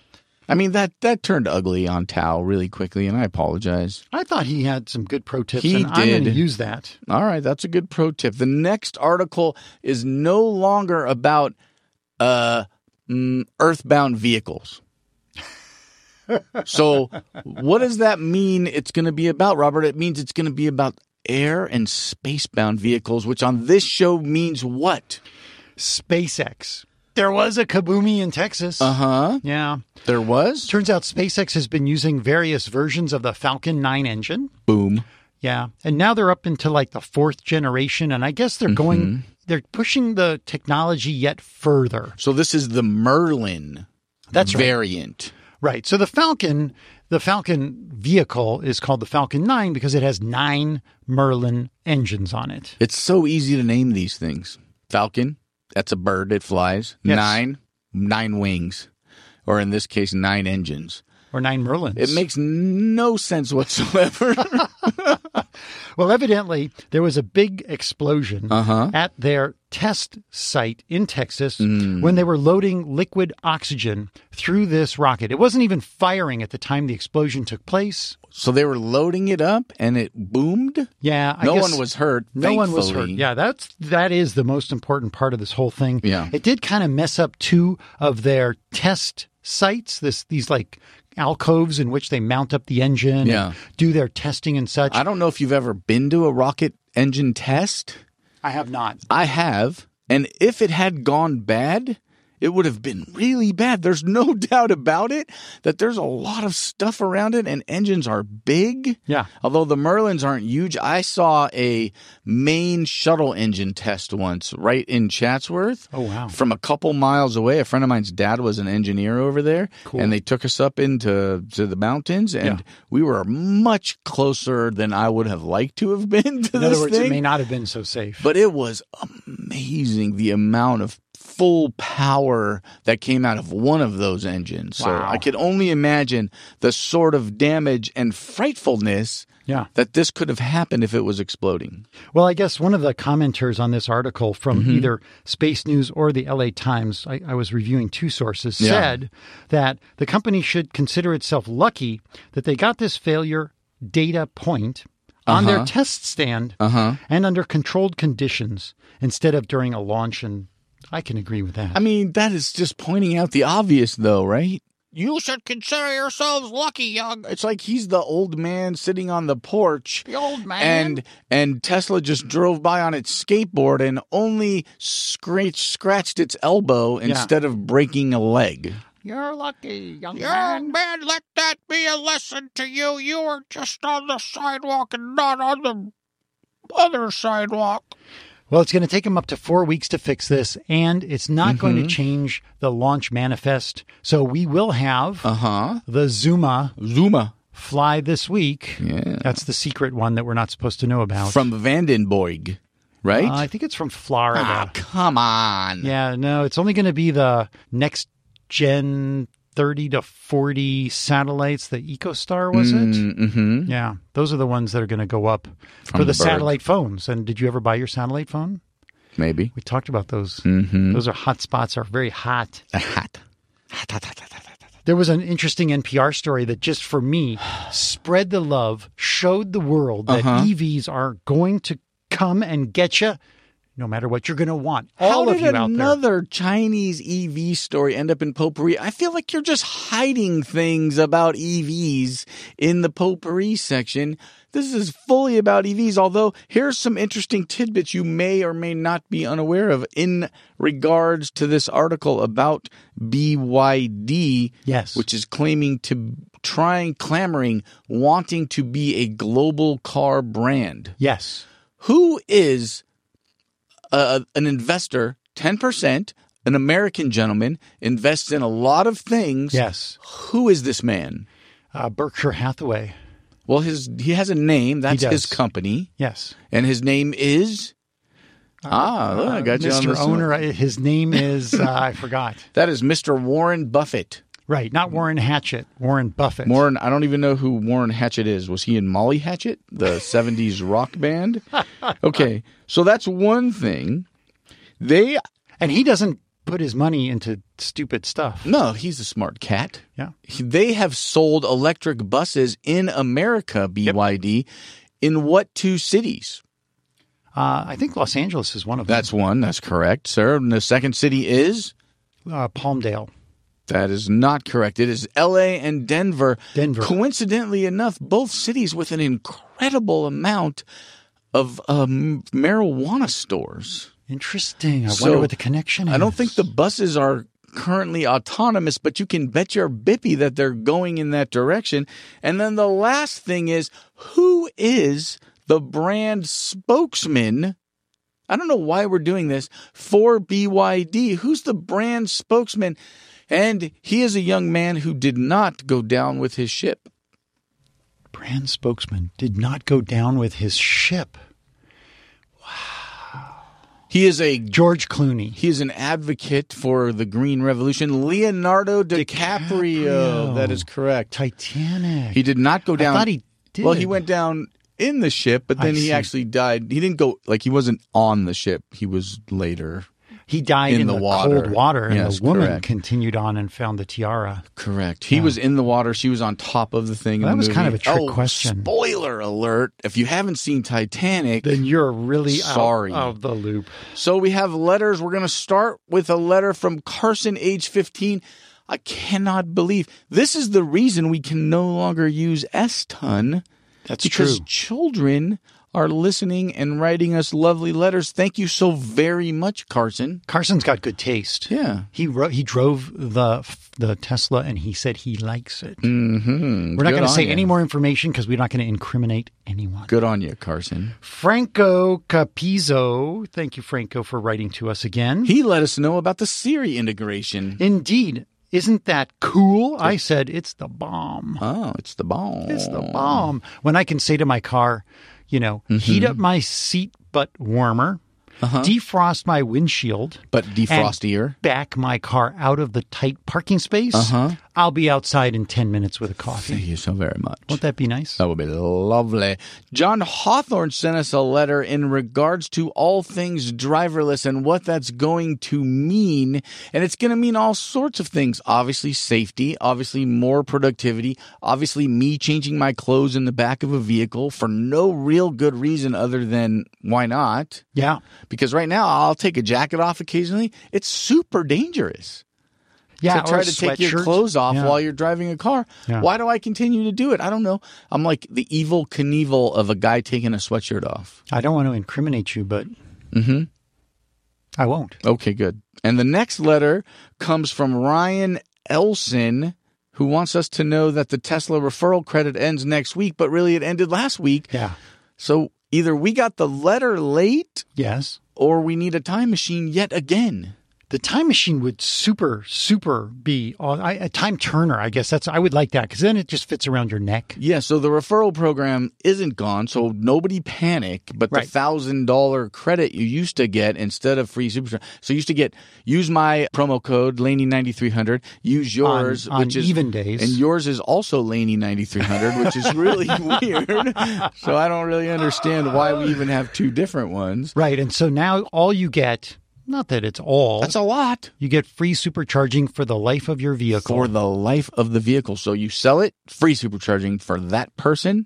A: I mean that that turned ugly on Tao really quickly, and I apologize.
F: I thought he had some good pro tips,
A: He
F: and I'm going to
A: did.
F: use that.
A: All right, that's a good pro tip. The next article is no longer about uh, mm, earthbound vehicles. so, what does that mean it's going to be about, Robert? It means it's going to be about air and spacebound vehicles, which on this show means what?
F: SpaceX. There was a kaboomy in Texas.
A: Uh huh.
F: Yeah.
A: There was?
F: Turns out SpaceX has been using various versions of the Falcon 9 engine.
A: Boom.
F: Yeah. And now they're up into like the fourth generation. And I guess they're
A: Mm-hmm.
F: going, they're pushing the technology yet further.
A: So this is the Merlin
F: That's right.
A: variant.
F: Right. So the Falcon, the Falcon vehicle is called the Falcon 9 because it has nine Merlin engines on it.
A: It's so easy to name these things. Falcon, that's a bird, it flies.
F: Yes.
A: Nine, nine wings, or in this case, nine engines.
F: Or nine Merlins.
A: It makes no sense whatsoever. *laughs*
F: well, evidently, there was a big explosion
A: Uh-huh.
F: at their test site in Texas
A: Mm.
F: when they were loading liquid oxygen through this rocket. It wasn't even firing at the time the explosion took place.
A: so they were loading it up and it boomed.
F: Yeah, I
A: no
F: guess-
A: one was hurt.
F: No one was hurt.
A: thankfully.
F: Yeah, that's that is the most important part of this whole thing.
A: Yeah.
F: it did kind of mess up two of their test sites. This these like alcoves in which they mount up the engine. and
A: Yeah.
F: do their testing and such.
A: I don't know if you've ever been to a rocket engine test.
F: I have not.
A: I have. And if it had gone bad, it would have been really bad. There's no *laughs* doubt about it that there's a lot of stuff around it, and engines are big.
F: Yeah.
A: Although the Merlins aren't huge, I saw a main shuttle engine test once right in Chatsworth.
F: Oh, wow.
A: From a couple miles away. A friend of mine's dad was an engineer over there.
F: Cool.
A: And they took us up into to the mountains, and
F: Yeah.
A: we were much closer than I would have liked to have *laughs* been to
F: In
A: this
F: other words,
A: thing.
F: it may not have been so safe.
A: But it was amazing the amount of full power that came out of one of those engines. So
F: Wow.
A: I could only imagine the sort of damage and frightfulness
F: yeah.
A: that this could have happened if it was exploding.
F: Well, I guess one of the commenters on this article from
A: Mm-hmm.
F: either Space News or the LA Times, I, I was reviewing two sources,
A: Yeah.
F: said that the company should consider itself lucky that they got this failure data point on
A: Uh-huh.
F: their test stand and under controlled conditions instead of during a launch. And I can agree with that.
A: I mean, that is just pointing out the obvious, though, right?
H: You should consider yourselves lucky, young.
A: It's like he's the old man sitting on the porch.
H: The old man.
A: And and Tesla just drove by on its skateboard and only scratched scratched its elbow instead of breaking a leg.
F: You're lucky, young
H: Young man, let that be a lesson to you. You are just on the sidewalk and not on the other sidewalk.
F: Well, it's going to take them up to four weeks to fix this, and it's not going
A: Mm-hmm.
F: to change the launch manifest. So we will have
A: Uh huh.
F: the Zuma
A: Zuma.
F: fly this week.
A: Yeah.
F: That's the secret one that we're not supposed to know about.
A: From Vandenborg, right?
F: Uh, I think it's from Florida.
A: Ah, come on.
F: Yeah, no, it's only going to be the next gen 30 to 40 satellites, the EcoStar, was it?
A: Mm-hmm.
F: Yeah, those are the ones that are going to go up for
A: From
F: the
A: Berg.
F: satellite phones. And did you ever buy your satellite phone?
A: Maybe.
F: We talked about those.
A: Mm-hmm. *laughs*
F: Those are hot spots, are very hot.
A: Hot.
F: There was an interesting NPR story that just for me spread the love, showed the world that
A: Uh-huh.
F: EVs are going to come and get you no matter what you're going to want. All
A: How
F: of
A: did
F: you out there.
A: another Chinese EV story end up in potpourri? I feel like you're just hiding things about EVs in the potpourri section. This is fully about EVs, although here's some interesting tidbits you may or may not be unaware of in regards to this article about BYD.
F: Yes.
A: Which is claiming to trying, clamoring, wanting to be a global car brand
F: Yes.
A: who is uh an investor 10% an american gentleman invests in a lot of things
F: Yes.
A: who is this man
F: Uh, Berkshire Hathaway.
A: well his he has a name that's
F: does.
A: his company
F: Yes.
A: and his name is ah look, i
F: Uh,
A: got you on
F: Mr.
A: this one.
F: Owner, I- his name is, uh,
A: *laughs*
F: I forgot.
A: that is mr warren buffett
F: Right. Not Warren Hatchett, Warren Buffett.
A: warren i don't even know who warren hatchett is was he in molly hatchet
F: *laughs*
A: the 70s rock band okay so that's one thing they
F: And he doesn't put his money into stupid stuff.
A: no he's a smart cat
F: Yeah.
A: they have sold electric buses in America, BYD, in what two cities?
F: Uh, I think Los Angeles is one of them.
A: That's one. That's correct, sir. And the second city is?
F: uh, Palmdale.
A: That is not correct. It is LA and Denver.
F: Denver.
A: Coincidentally enough, both cities with an incredible amount of um, marijuana stores.
F: Interesting. I
A: So,
F: wonder what the connection is.
A: I don't think the buses are currently autonomous, but you can bet your bippy that they're going in that direction. And then the last thing is who is the brand spokesman. I don't know why we're doing this for BYD. Who's the brand spokesman? And he is a young man who did not go down with his ship.
F: Brand spokesman did not go down with his ship.
A: He is a
F: George Clooney.
A: He is an advocate for the Green Revolution. Leonardo DiCaprio.
F: DiCaprio.
A: That is correct.
F: Titanic.
A: He did not go down.
F: I thought he did.
A: Well, he went down in the ship, but
F: I
A: then he
F: see.
A: actually died. He didn't go like he wasn't on the ship. He was later.
F: He died
A: in
F: in,
A: the
F: the,
A: water.
F: cold water, and
A: Yes,
F: the woman
A: correct.
F: continued on and found the tiara.
A: Correct. He was in the water. She was on top of the thing. in
F: That
A: the
F: was kind
A: movie.
F: of a trick
A: Oh,
F: question.
A: Spoiler alert! If you haven't seen Titanic,
F: Then you're really out
A: Sorry.
F: of the loop.
A: So we have letters. We're going to start with a letter from Carson, age 15. I cannot believe this is the reason we can no longer use S ton
F: That's
A: because
F: true.
A: children are listening and writing us lovely letters. Thank you so very much, Carson.
F: Carson's got good taste.
A: Yeah.
F: He ro- he drove the the Tesla, and he said he likes it.
A: Mm-hmm.
F: We're not going to say
A: you.
F: any more information because we're not going to incriminate anyone.
A: Good on you, Carson.
F: Franco Capizzo, thank you, Franco, for writing to us again.
A: He let us know about the Siri integration.
F: Indeed, isn't that cool? I said it's the bomb.
A: Oh, it's the bomb.
F: It's the bomb. When I can say to my car, you know,
A: Mm-hmm.
F: heat up my seat butt warmer,
A: Uh-huh.
F: defrost my windshield,
A: But defrostier.
F: back my car out of the tight parking space,
A: Uh-huh.
F: I'll be outside in 10 minutes with a
A: Thank
F: coffee.
A: you so very much.
F: Won't that be nice?
A: That would be lovely. John Hawthorne sent us a letter in regards to all things driverless and what that's going to mean. And it's going to mean all sorts of things. Obviously, safety, obviously, more productivity, obviously, me changing my clothes in the back of a vehicle for no real good reason other than why not?
F: Yeah.
A: Because right now, I'll take a jacket off occasionally. It's super dangerous
F: Yeah.
A: to
F: or
A: try
F: a
A: to take your
F: sweatshirt.
A: clothes off
F: Yeah.
A: while you're driving a car.
F: Yeah.
A: Why do I continue to do it? I don't know. I'm like the evil Knievel of a guy taking a sweatshirt off. Mm-hmm.
F: I don't want to incriminate you, but I won't.
A: Okay, good. And the next letter comes from Ryan Elson, who wants us to know that the Tesla referral credit ends next week, but really it ended last week.
F: Yeah.
A: So either we got the letter late
F: Yes.
A: or we need a time machine yet again.
F: The time machine would super, super be all, I, a time turner. I guess that's, I would like that because then it just fits around your neck.
A: Yeah, so the referral program isn't gone, so nobody panic. But the
F: Right.
A: thousand dollar credit you used to get instead of free super, so you used to get use my promo code Laney ninety three hundred, use yours,
F: on
A: which is
F: even days.
A: and yours is also Laney ninety three hundred, which is really *laughs* weird. So I don't really understand why we even have two different ones.
F: Right. And so now all you get, not that it's all,
A: That's a lot.
F: you get free supercharging for the life of your vehicle.
A: for the life of the vehicle. So you sell it, free supercharging for that person.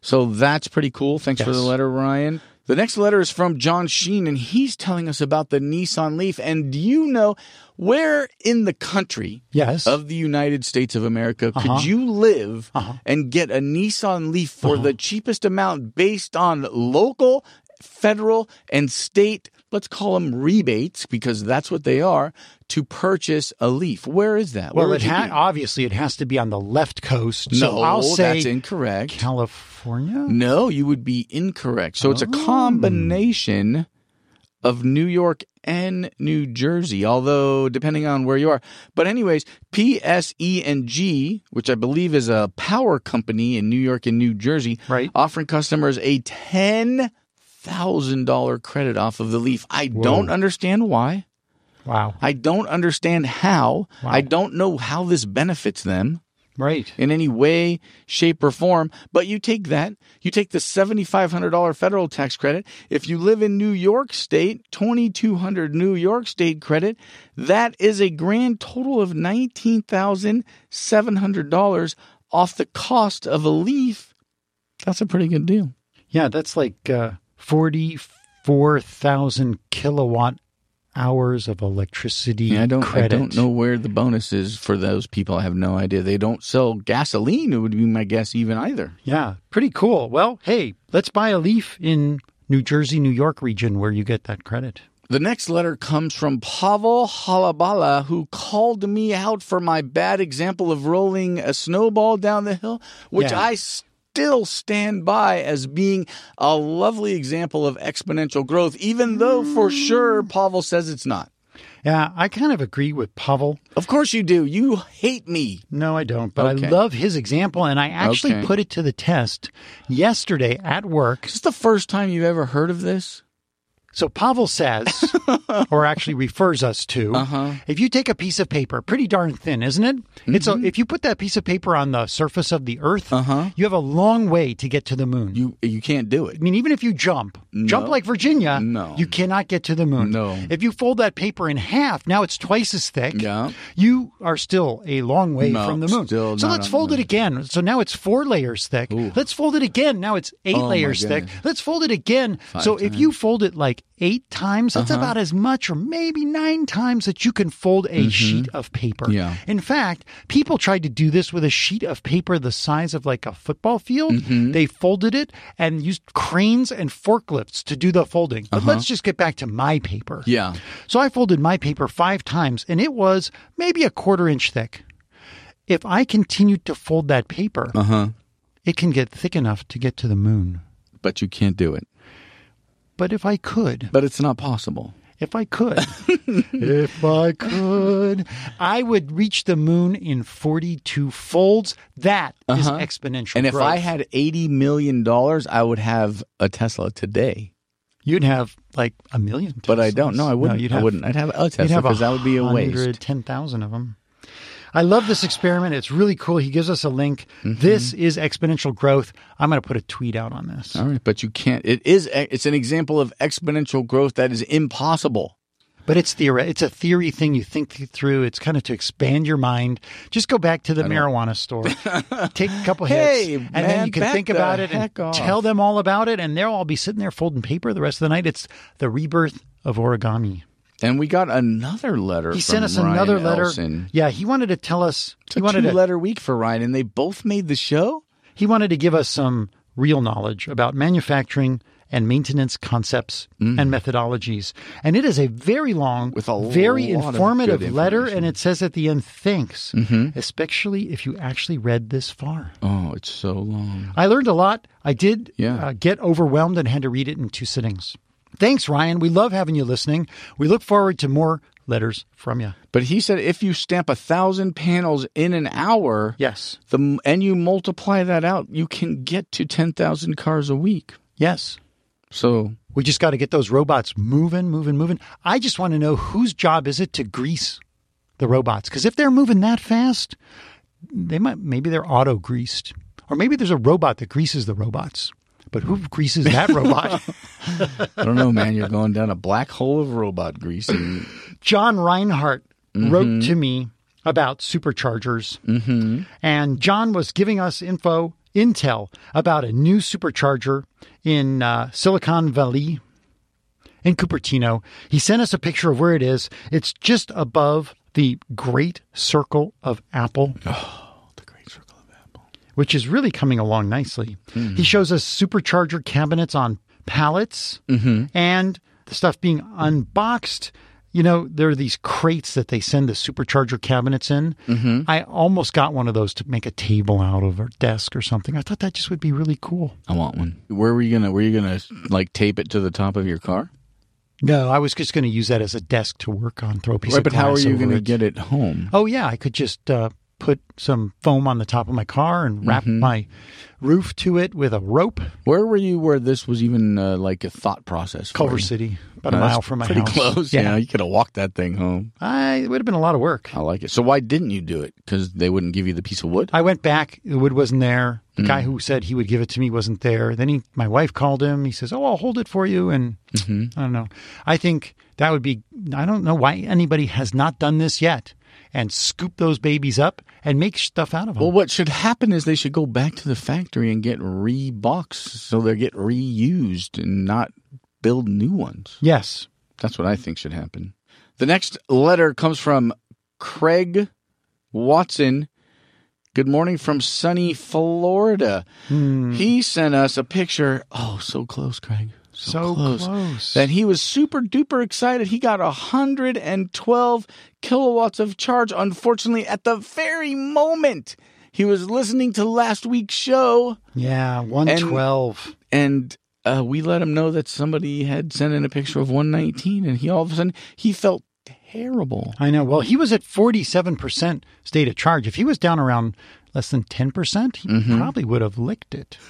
A: So that's pretty cool. Thanks for
F: Yes.
A: the letter, Ryan. The next letter is from John Sheen, and he's telling us about the Nissan Leaf. And do you know where in the country
F: yes.
A: of the United States of America could
F: Uh-huh.
A: you live
F: Uh-huh.
A: and get a Nissan Leaf for the cheapest amount based on local, federal, and state, let's call them rebates because that's what they are, to purchase a Leaf? Where is that?
F: well,
A: Where
F: it
A: would you
F: ha-
A: be?
F: obviously it has to be on the left coast.
A: No,
F: so I'll say
A: that's incorrect.
F: California.
A: no, you would be incorrect. So it's a
F: Oh.
A: combination of New York and New Jersey, although depending on where you are. But anyways, PSE&G, which I believe is a power company in New York and New Jersey,
F: Right.
A: offering customers a $10,000 credit off of the Leaf. I don't understand why.
F: Wow.
A: I don't understand how.
F: Wow.
A: I don't know how this benefits them
F: Right.
A: in any way, shape, or form. But you take that, you take the $7,500 federal tax credit. If you live in New York State, 2200 New York State credit, that is a grand total of $19,700 off the cost of a leaf. That's a pretty good deal.
F: Yeah, that's like uh, 44,000 kilowatt hours of electricity
A: Yeah, I don't
F: credit.
A: I don't know where the bonus is for those people. I have no idea. They don't sell gasoline, it would be my guess even either.
F: Yeah, pretty cool. Well, hey, let's buy a leaf in New Jersey, New York region where you get that credit.
A: The next letter comes from Pavel Halabala, who called me out for my bad example of rolling a snowball down the hill, which
F: Yeah.
A: I still stand by as being a lovely example of exponential growth, even though for sure Pavel says it's not.
F: Yeah, I kind of agree with Pavel.
A: Of course you do. You hate me.
F: No, I don't, but
A: Okay.
F: I love his example, and I actually
A: Okay.
F: put it to the test yesterday at work.
A: Is this the first time you've ever heard of this?
F: So
A: *laughs*
F: Pavel says, or actually refers us to,
A: Uh-huh.
F: if you take a piece of paper, pretty darn thin, isn't it? It's
A: Mm-hmm.
F: a, if you put that piece of paper on the surface of the Earth,
A: Uh-huh.
F: you have a long way to get to the moon.
A: You you can't do it.
F: I mean, even if you jump, jump like Virginia,
A: No.
F: you cannot get to the moon.
A: No.
F: If you fold that paper in half, now it's twice as thick.
A: Yeah.
F: You are still a long way
A: No,
F: from the moon.
A: still
F: so
A: not
F: let's
A: on the
F: fold it
A: moon.
F: again. So now it's four layers thick. Let's fold it again. Now it's eight
A: Oh, my
F: layers thick.
A: goodness.
F: Let's fold it again. so if you fold it like eight times, that's
A: Uh-huh.
F: about as much or maybe nine times that you can fold a sheet of paper.
A: Mm-hmm. Yeah.
F: In fact, people tried to do this with a sheet of paper the size of like a football field.
A: Mm-hmm.
F: They folded it and used cranes and forklifts to do the folding. But
A: Uh-huh.
F: let's just get back to my paper.
A: Yeah.
F: So I folded my paper five times and it was maybe a quarter inch thick. If I continued to fold that paper,
A: Uh-huh.
F: it can get thick enough to get to the moon.
A: But you can't do it.
F: But if I could,
A: But it's not possible.
F: if
A: *laughs*
F: I could, if I could, I would reach the moon in 42 folds. That is exponential.
A: Uh-huh. And if
F: growth.
A: I had 80 million dollars, I would have a Tesla today.
F: you'd have like a million.
A: But I don't.
F: Teslas.
A: No, I wouldn't.
F: you'd
A: I
F: have,
A: wouldn't. I'd have a
F: You'd
A: Tesla
F: have
A: because that would be a waste.
F: 110,000 of them. I love this experiment. It's really cool. He gives us a link.
A: Mm-hmm.
F: This is exponential growth. I'm going to put a tweet out on this.
A: All right, but you can't. It is. It's an example of exponential growth that is impossible.
F: But it's theori- It's a theory thing you think th- through. It's kind of to expand your mind. Just go back to the
A: *laughs*
F: marijuana store, take a couple hits,
A: Hey,
F: and
A: man,
F: then you can
A: back
F: think
A: the
F: about it and
A: heck off.
F: tell them all about it. And they'll all be sitting there folding paper the rest of the night. It's the rebirth of origami.
A: And we got another letter.
F: He sent
A: from
F: us
A: Ryan
F: another letter.
A: Elson.
F: Yeah, he wanted to tell us.
A: It's
F: he
A: a
F: wanted to,
A: two-letter week for Ryan, and they both made the show.
F: He wanted to give us some real knowledge about manufacturing and maintenance concepts and methodologies. And it is a very long,
A: Mm. With a
F: very
A: lot of
F: informative
A: good
F: letter.
A: information. Mm-hmm.
F: And it says at the end, thanks, especially if you actually read this far.
A: Oh, it's so long.
F: I learned a lot. I did
A: Yeah.
F: uh, get overwhelmed and had to read it in two sittings. Thanks, Ryan. We love having you listening. We look forward to more letters from you.
A: But he said if you stamp a thousand panels in an hour,
F: Yes.
A: the and you multiply that out, you can get to ten thousand cars a week.
F: Yes.
A: So
F: We just got to get those robots moving, moving, moving. I just want to know whose job is it to grease the robots? Because if they're moving that fast, they might maybe they're auto greased, or maybe there's a robot that greases the robots. But who greases that robot?
A: I don't know, man. You're going down a black hole of robot grease. And,
F: John Reinhardt wrote to me about superchargers, mm-hmm. and John was giving us info, intel about a new supercharger in uh, Silicon Valley, in Cupertino. He sent us a picture of where it is. It's just above the Great Circle of Apple. Oh, the Great Circle of Apple. Which is really coming along nicely. He shows us supercharger cabinets on pallets
A: Mm-hmm.
F: and the stuff being unboxed. You know, there are these crates that they send the supercharger cabinets in.
A: Mm-hmm.
F: I almost got one of those to make a table out of or desk or something. I thought that just would be really cool.
A: I want one. Where were you gonna? Were you gonna like tape it to the top of your car?
F: No, I was just going to use that as a desk to work on, throw a piece
A: Right,
F: of
A: but how are
F: glass
A: you
F: over
A: going to
F: it.
A: get it home?
F: Oh yeah, I could just uh, put some foam on the top of my car and wrap
A: Mm-hmm.
F: my roof to it with a rope.
A: Where were you where this was even uh, like a thought process? for
F: Culver
A: you?
F: City, about
A: No,
F: a
A: that's
F: mile from my
A: pretty
F: house.
A: close. Yeah. you could have walked that thing home.
F: I, it would have been a lot of work.
A: I like it. So why didn't you do it? Because they wouldn't give you the piece of wood.
F: I went back. The wood wasn't there. The
A: Mm.
F: guy who said he would give it to me wasn't there. Then he, my wife called him. He says, "Oh, I'll hold it for you." And
A: Mm-hmm.
F: I don't know. I think that would be. I don't know why anybody has not done this yet and scoop those babies up and make stuff out of them.
A: Well, what should happen is they should go back to the factory and get reboxed so they get reused and not build new ones.
F: yes.
A: That's what I think should happen. The next letter comes from Craig Watson. Good morning from sunny Florida.
F: Mm. Hmm.
A: He sent us a picture. Oh, so close, Craig.
F: So close.
A: That he was super duper excited. He got 112 kilowatts of charge, unfortunately, at the very moment He was listening to last week's show,
F: Yeah, 112.
A: and uh, we let him know that somebody had sent in a picture of 119, and he all of a sudden he felt terrible.
F: I know. Well, he was at 47% state of charge. If he was down around less than 10%, he
A: Mm-hmm.
F: probably would have licked it. *laughs*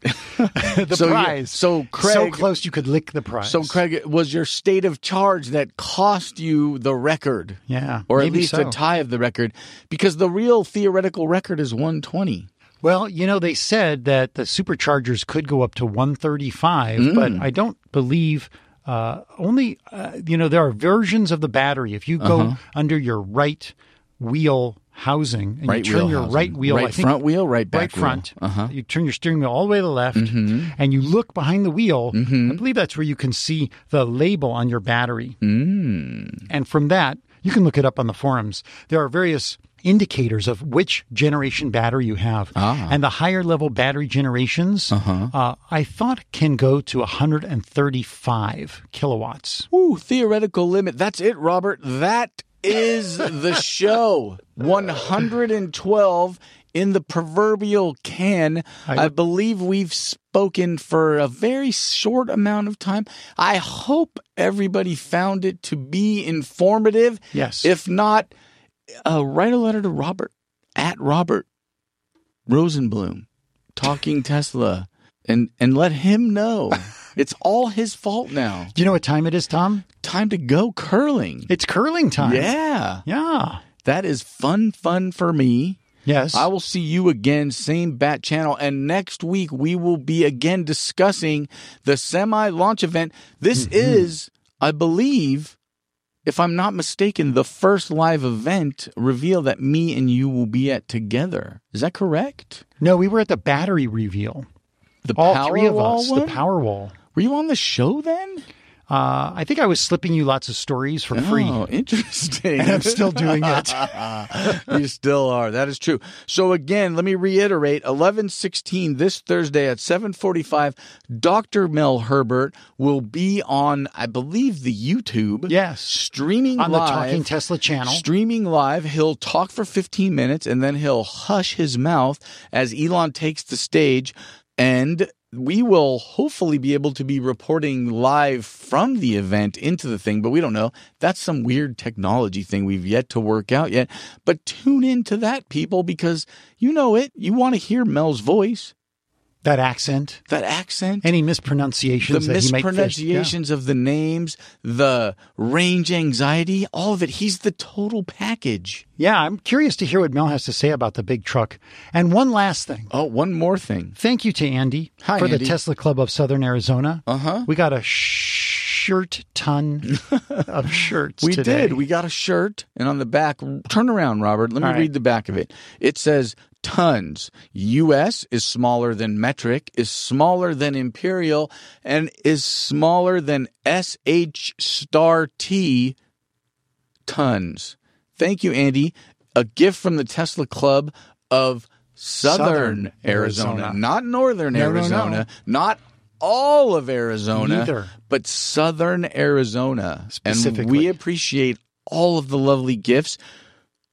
F: the
A: So you-
F: prize.
A: so
F: so
A: Craig-
F: close you could lick the prize.
A: So, Craig, it was your state of charge that cost you the record,
F: Yeah.
A: or at
F: maybe
A: least
F: so.
A: a tie of the record, because the real theoretical record is 120.
F: Well, you know, they said that the superchargers could go up to 135,
A: Mm.
F: but I don't believe. Uh, only, uh, you know, there are versions of the battery. If you go
A: Uh-huh.
F: under your right wheel housing and
A: Right
F: you turn
A: wheel
F: your
A: housing.
F: right wheel,
A: Right
F: I think-
A: front wheel, right
F: right
A: back wheel. Uh-huh. Mm-hmm.
F: front. You turn your steering wheel all the way to the left, and you look behind the wheel. I believe that's where you can see the label on your battery.
A: Mm.
F: And from that, you can look it up on the forums. There are various indicators of which generation battery you have.
A: Ah.
F: And the higher level battery generations,
A: Uh-huh.
F: uh, I thought, can go to 135 kilowatts.
A: Woo, theoretical limit. That's it, Robert. That is the show. 112 in the proverbial can. I, believe we've spoken for a very short amount of time. I hope everybody found it to be informative.
F: Yes.
A: If not, uh, write a letter to Robert at Robert Rosenblum, talking Tesla, and, and let him know. It's all his fault now
F: Do you know what time it is, Tom?
A: time to go curling.
F: It's curling time.
A: Yeah.
F: Yeah.
A: That is fun, fun for me.
F: Yes.
A: I will see you again, same bat channel. And next week, we will be again discussing the semi launch event. This
F: Mm-hmm.
A: is, I believe, if I'm not mistaken, the first live event reveal that me and you will be at together. Is that correct?
F: no, we were at the battery reveal.
A: The
F: All
A: power
F: three of
A: wall
F: us,
A: one?
F: the power wall.
A: Were you on the show then?
F: Uh, I think I was slipping you lots of stories for free.
A: Oh, interesting.
F: *laughs* And I'm
A: *laughs*
F: still doing it.
A: you still are. That is true. So again, let me reiterate: eleven sixteen this Thursday at seven forty five. Doctor Mel Herbert will be on, I believe, the YouTube.
F: Yes.
A: streaming
F: on the
A: live,
F: Talking Tesla channel.
A: Streaming live, he'll talk for 15 minutes and then he'll hush his mouth as Elon takes the stage. And we will hopefully be able to be reporting live from the event into the thing, but we don't know. That's some weird technology thing we've yet to work out yet. But tune into that, people, because you know it. You want to hear Mel's voice,
F: That accent,
A: that accent
F: any mispronunciations
A: the
F: that he might
A: mispronunciations of the names, the range anxiety, all of it. He's the total package.
F: Yeah. yeah, I'm curious to hear what Mel has to say about the big truck. And one last thing.
A: Oh, one more thing.
F: Thank you to Andy
A: Hi,
F: for the
A: Andy.
F: Tesla Club of Southern Arizona. Uh huh. We got a shirt
A: *laughs*
F: ton of shirts.
A: We
F: today.
A: did. We got a shirt, and on the back, turn around, Robert. Let me
F: All right.
A: read the back of it. It says tons. U.S. is smaller than metric, is smaller than imperial, and is smaller than SH star T tons. Thank you, Andy. A gift from the Tesla Club of Southern,
F: Southern
A: Arizona.
F: Arizona.
A: not Northern
F: No, no, no.
A: Arizona, not all of Arizona,
F: Neither.
A: but Southern Arizona.
F: Specifically.
A: And we appreciate all of the lovely gifts.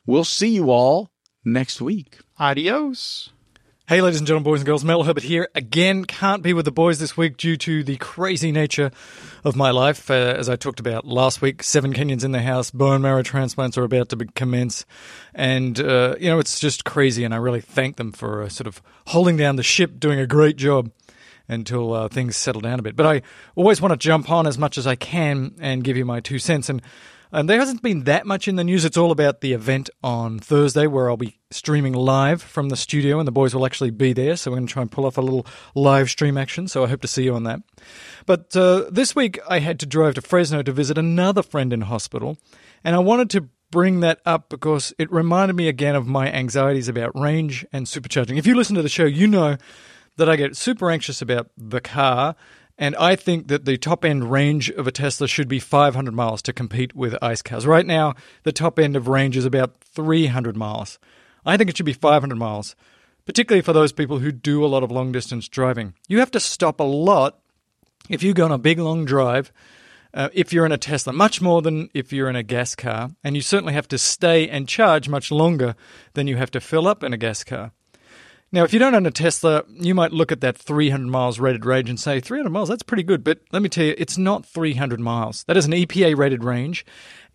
A: We'll see you all next week.
F: Adios.
E: Hey, ladies and gentlemen, boys and girls, Mel Herbert here again. Can't be with the boys this week due to the crazy nature of my life. Uh, as I talked about last week, seven Kenyans in the house, bone marrow transplants are about to be- commence. And, uh, you know, it's just crazy. And I really thank them for uh, sort of holding down the ship, doing a great job until uh, things settle down a bit. But I always want to jump on as much as I can and give you my two cents. And and there hasn't been that much in the news. It's all about the event on Thursday where I'll be streaming live from the studio and the boys will actually be there. So we're going to try and pull off a little live stream action. So I hope to see you on that. But uh, this week I had to drive to Fresno to visit another friend in hospital. And I wanted to bring that up because it reminded me again of my anxieties about range and supercharging. If you listen to the show, you know that I get super anxious about the car. And I think that the top end range of a Tesla should be 500 miles to compete with ICE cars. Right now, the top end of range is about 300 miles. I think it should be 500 miles, particularly for those people who do a lot of long distance driving. You have to stop a lot if you go on a big long drive uh, if you're in a Tesla, much more than if you're in a gas car. And you certainly have to stay and charge much longer than you have to fill up in a gas car. Now, if you don't own a Tesla, you might look at that 300 miles rated range and say, 300 miles, that's pretty good. But let me tell you, it's not 300 miles. That is an EPA rated range,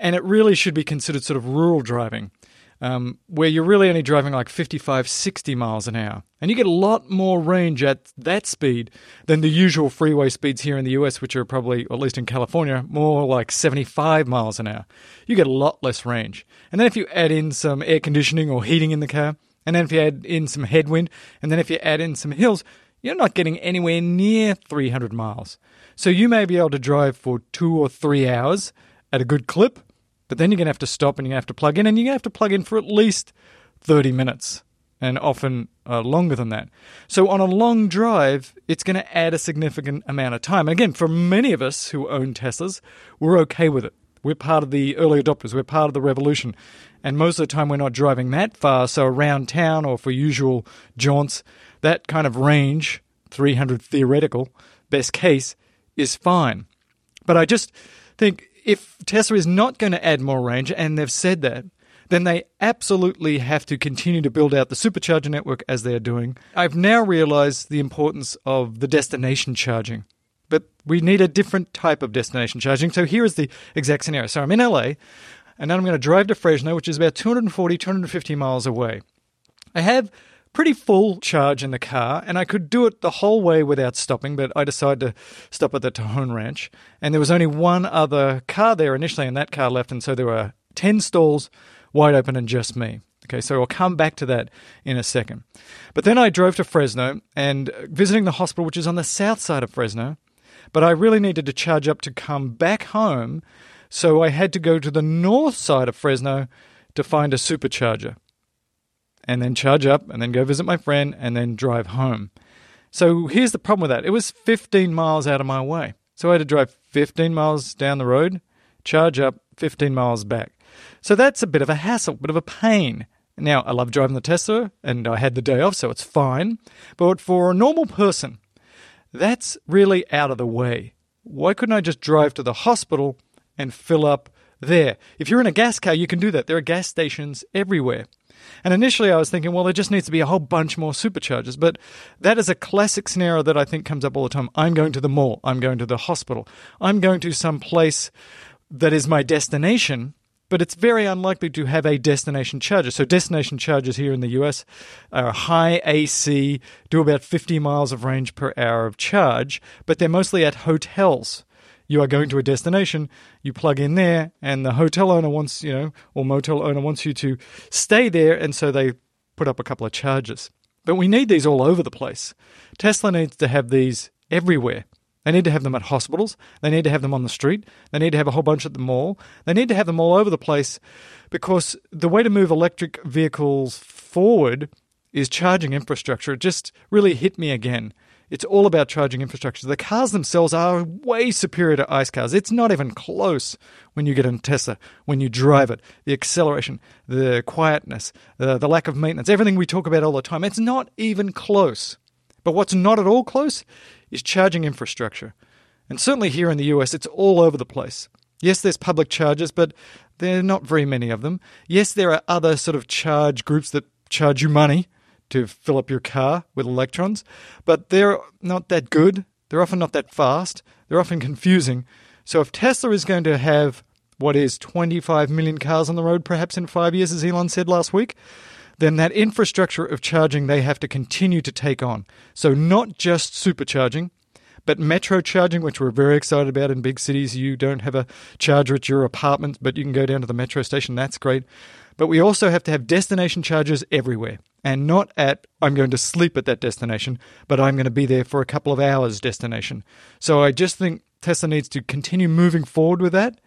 E: and it really should be considered sort of rural driving, um, where you're really only driving like 55, 60 miles an hour. And you get a lot more range at that speed than the usual freeway speeds here in the US, which are probably, or at least in California, more like 75 miles an hour. You get a lot less range. And then if you add in some air conditioning or heating in the car, and then if you add in some headwind, and then if you add in some hills, you're not getting anywhere near 300 miles. So you may be able to drive for two or three hours at a good clip, but then you're going to have to stop and you're going to have to plug in, and you're going to have to plug in for at least 30 minutes, and often uh, longer than that. So on a long drive, it's going to add a significant amount of time. And again, for many of us who own Teslas, we're okay with it. We're part of the early adopters. We're part of the revolution. And most of the time, we're not driving that far. So, around town or for usual jaunts, that kind of range, 300 theoretical, best case, is fine. But I just think if Tesla is not going to add more range, and they've said that, then they absolutely have to continue to build out the supercharger network as they are doing. I've now realized the importance of the destination charging but we need a different type of destination charging. So here is the exact scenario. So I'm in LA, and then I'm going to drive to Fresno, which is about 240, 250 miles away. I have pretty full charge in the car, and I could do it the whole way without stopping, but I decided to stop at the Tajon Ranch. And there was only one other car there initially, and that car left, and so there were 10 stalls wide open and just me. Okay, so I'll come back to that in a second. But then I drove to Fresno and visiting the hospital, which is on the south side of Fresno, but I really needed to charge up to come back home, so I had to go to the north side of Fresno to find a supercharger and then charge up and then go visit my friend and then drive home. So here's the problem with that it was 15 miles out of my way. So I had to drive 15 miles down the road, charge up 15 miles back. So that's a bit of a hassle, bit of a pain. Now, I love driving the Tesla and I had the day off, so it's fine. But for a normal person, that's really out of the way. Why couldn't I just drive to the hospital and fill up there? If you're in a gas car, you can do that. There are gas stations everywhere. And initially, I was thinking, well, there just needs to be a whole bunch more superchargers. But that is a classic scenario that I think comes up all the time. I'm going to the mall. I'm going to the hospital. I'm going to some place that is my destination, but it's very unlikely to have a destination charger. So, destination chargers here in the US are high AC, do about 50 miles of range per hour of charge, but they're mostly at hotels. You are going to a destination, you plug in there, and the hotel owner wants, you know, or motel owner wants you to stay there, and so they put up a couple of charges. But we need these all over the place. Tesla needs to have these everywhere. They need to have them at hospitals. They need to have them on the street. They need to have a whole bunch at the mall. They need to have them all over the place because the way to move electric vehicles forward is charging infrastructure. It just really hit me again. It's all about charging infrastructure. The cars themselves are way superior to ICE cars. It's not even close when you get in a Tesla, when you drive it. The acceleration, the quietness, the, the lack of maintenance, everything we talk about all the time, it's not even close. But what's not at all close is charging infrastructure. And certainly here in the US, it's all over the place. Yes, there's public charges, but there are not very many of them. Yes, there are other sort of charge groups that charge you money to fill up your car with electrons, but they're not that good. They're often not that fast. They're often confusing. So if Tesla is going to have what is 25 million cars on the road perhaps in five years, as Elon said last week, then that infrastructure of charging they have to continue to take on. So, not just supercharging, but metro charging, which we're very excited about in big cities. You don't have a charger at your apartment, but you can go down to the metro station. That's great. But we also have to have destination chargers everywhere. And not at, I'm going to sleep at that destination, but I'm going to be there for a couple of hours destination. So I just think Tesla needs to continue moving forward with that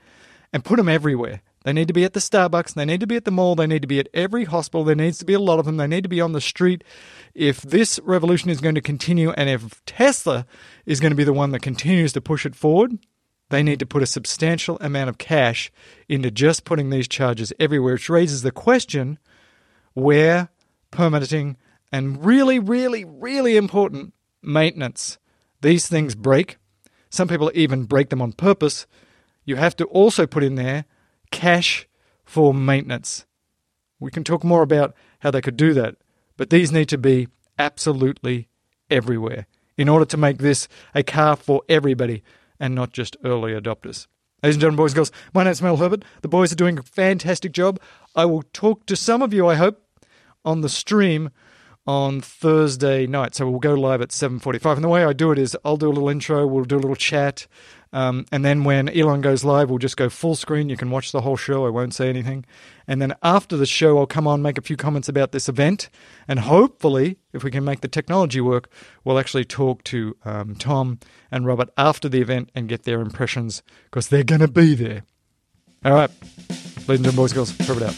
E: and put them everywhere. They need to be at the Starbucks. They need to be at the mall. They need to be at every hospital. There needs to be a lot of them. They need to be on the street. If this revolution is going to continue and if Tesla is going to be the one that continues to push it forward, they need to put a substantial amount of cash into just putting these charges everywhere, which raises the question where permitting and really, really, really important maintenance. These things break. Some people even break them on purpose you have to also put in there cash for maintenance. We can talk more about how they could do that, but these need to be absolutely everywhere in order to make this a car for everybody and not just early adopters. Ladies and gentlemen, boys and girls, my name's Mel Herbert. The boys are doing a fantastic job. I will talk to some of you, I hope, on the stream on Thursday night. So we'll go live at 7:45. And the way I do it is I'll do a little intro, we'll do a little chat, um, and then when Elon goes live, we'll just go full screen. You can watch the whole show. I won't say anything. And then after the show, I'll come on, make a few comments about this event, and hopefully, if we can make the technology work, we'll actually talk to um, Tom and Robert after the event and get their impressions because they're going to be there. All right, ladies and gentlemen, boys, girls, rub it out.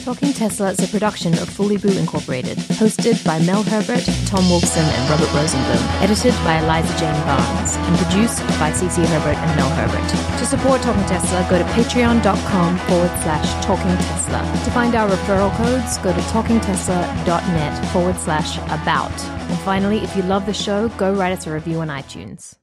I: Talking Tesla is a production of Fully Boo Incorporated, hosted by Mel Herbert, Tom Wolfson, and Robert Rosenblum, edited by Eliza Jane Barnes, and produced by CC Herbert and Mel Herbert. To support Talking Tesla, go to patreon.com forward slash Talking Tesla. To find our referral codes, go to talkingtesla.net forward slash about. And finally, if you love the show, go write us a review on iTunes.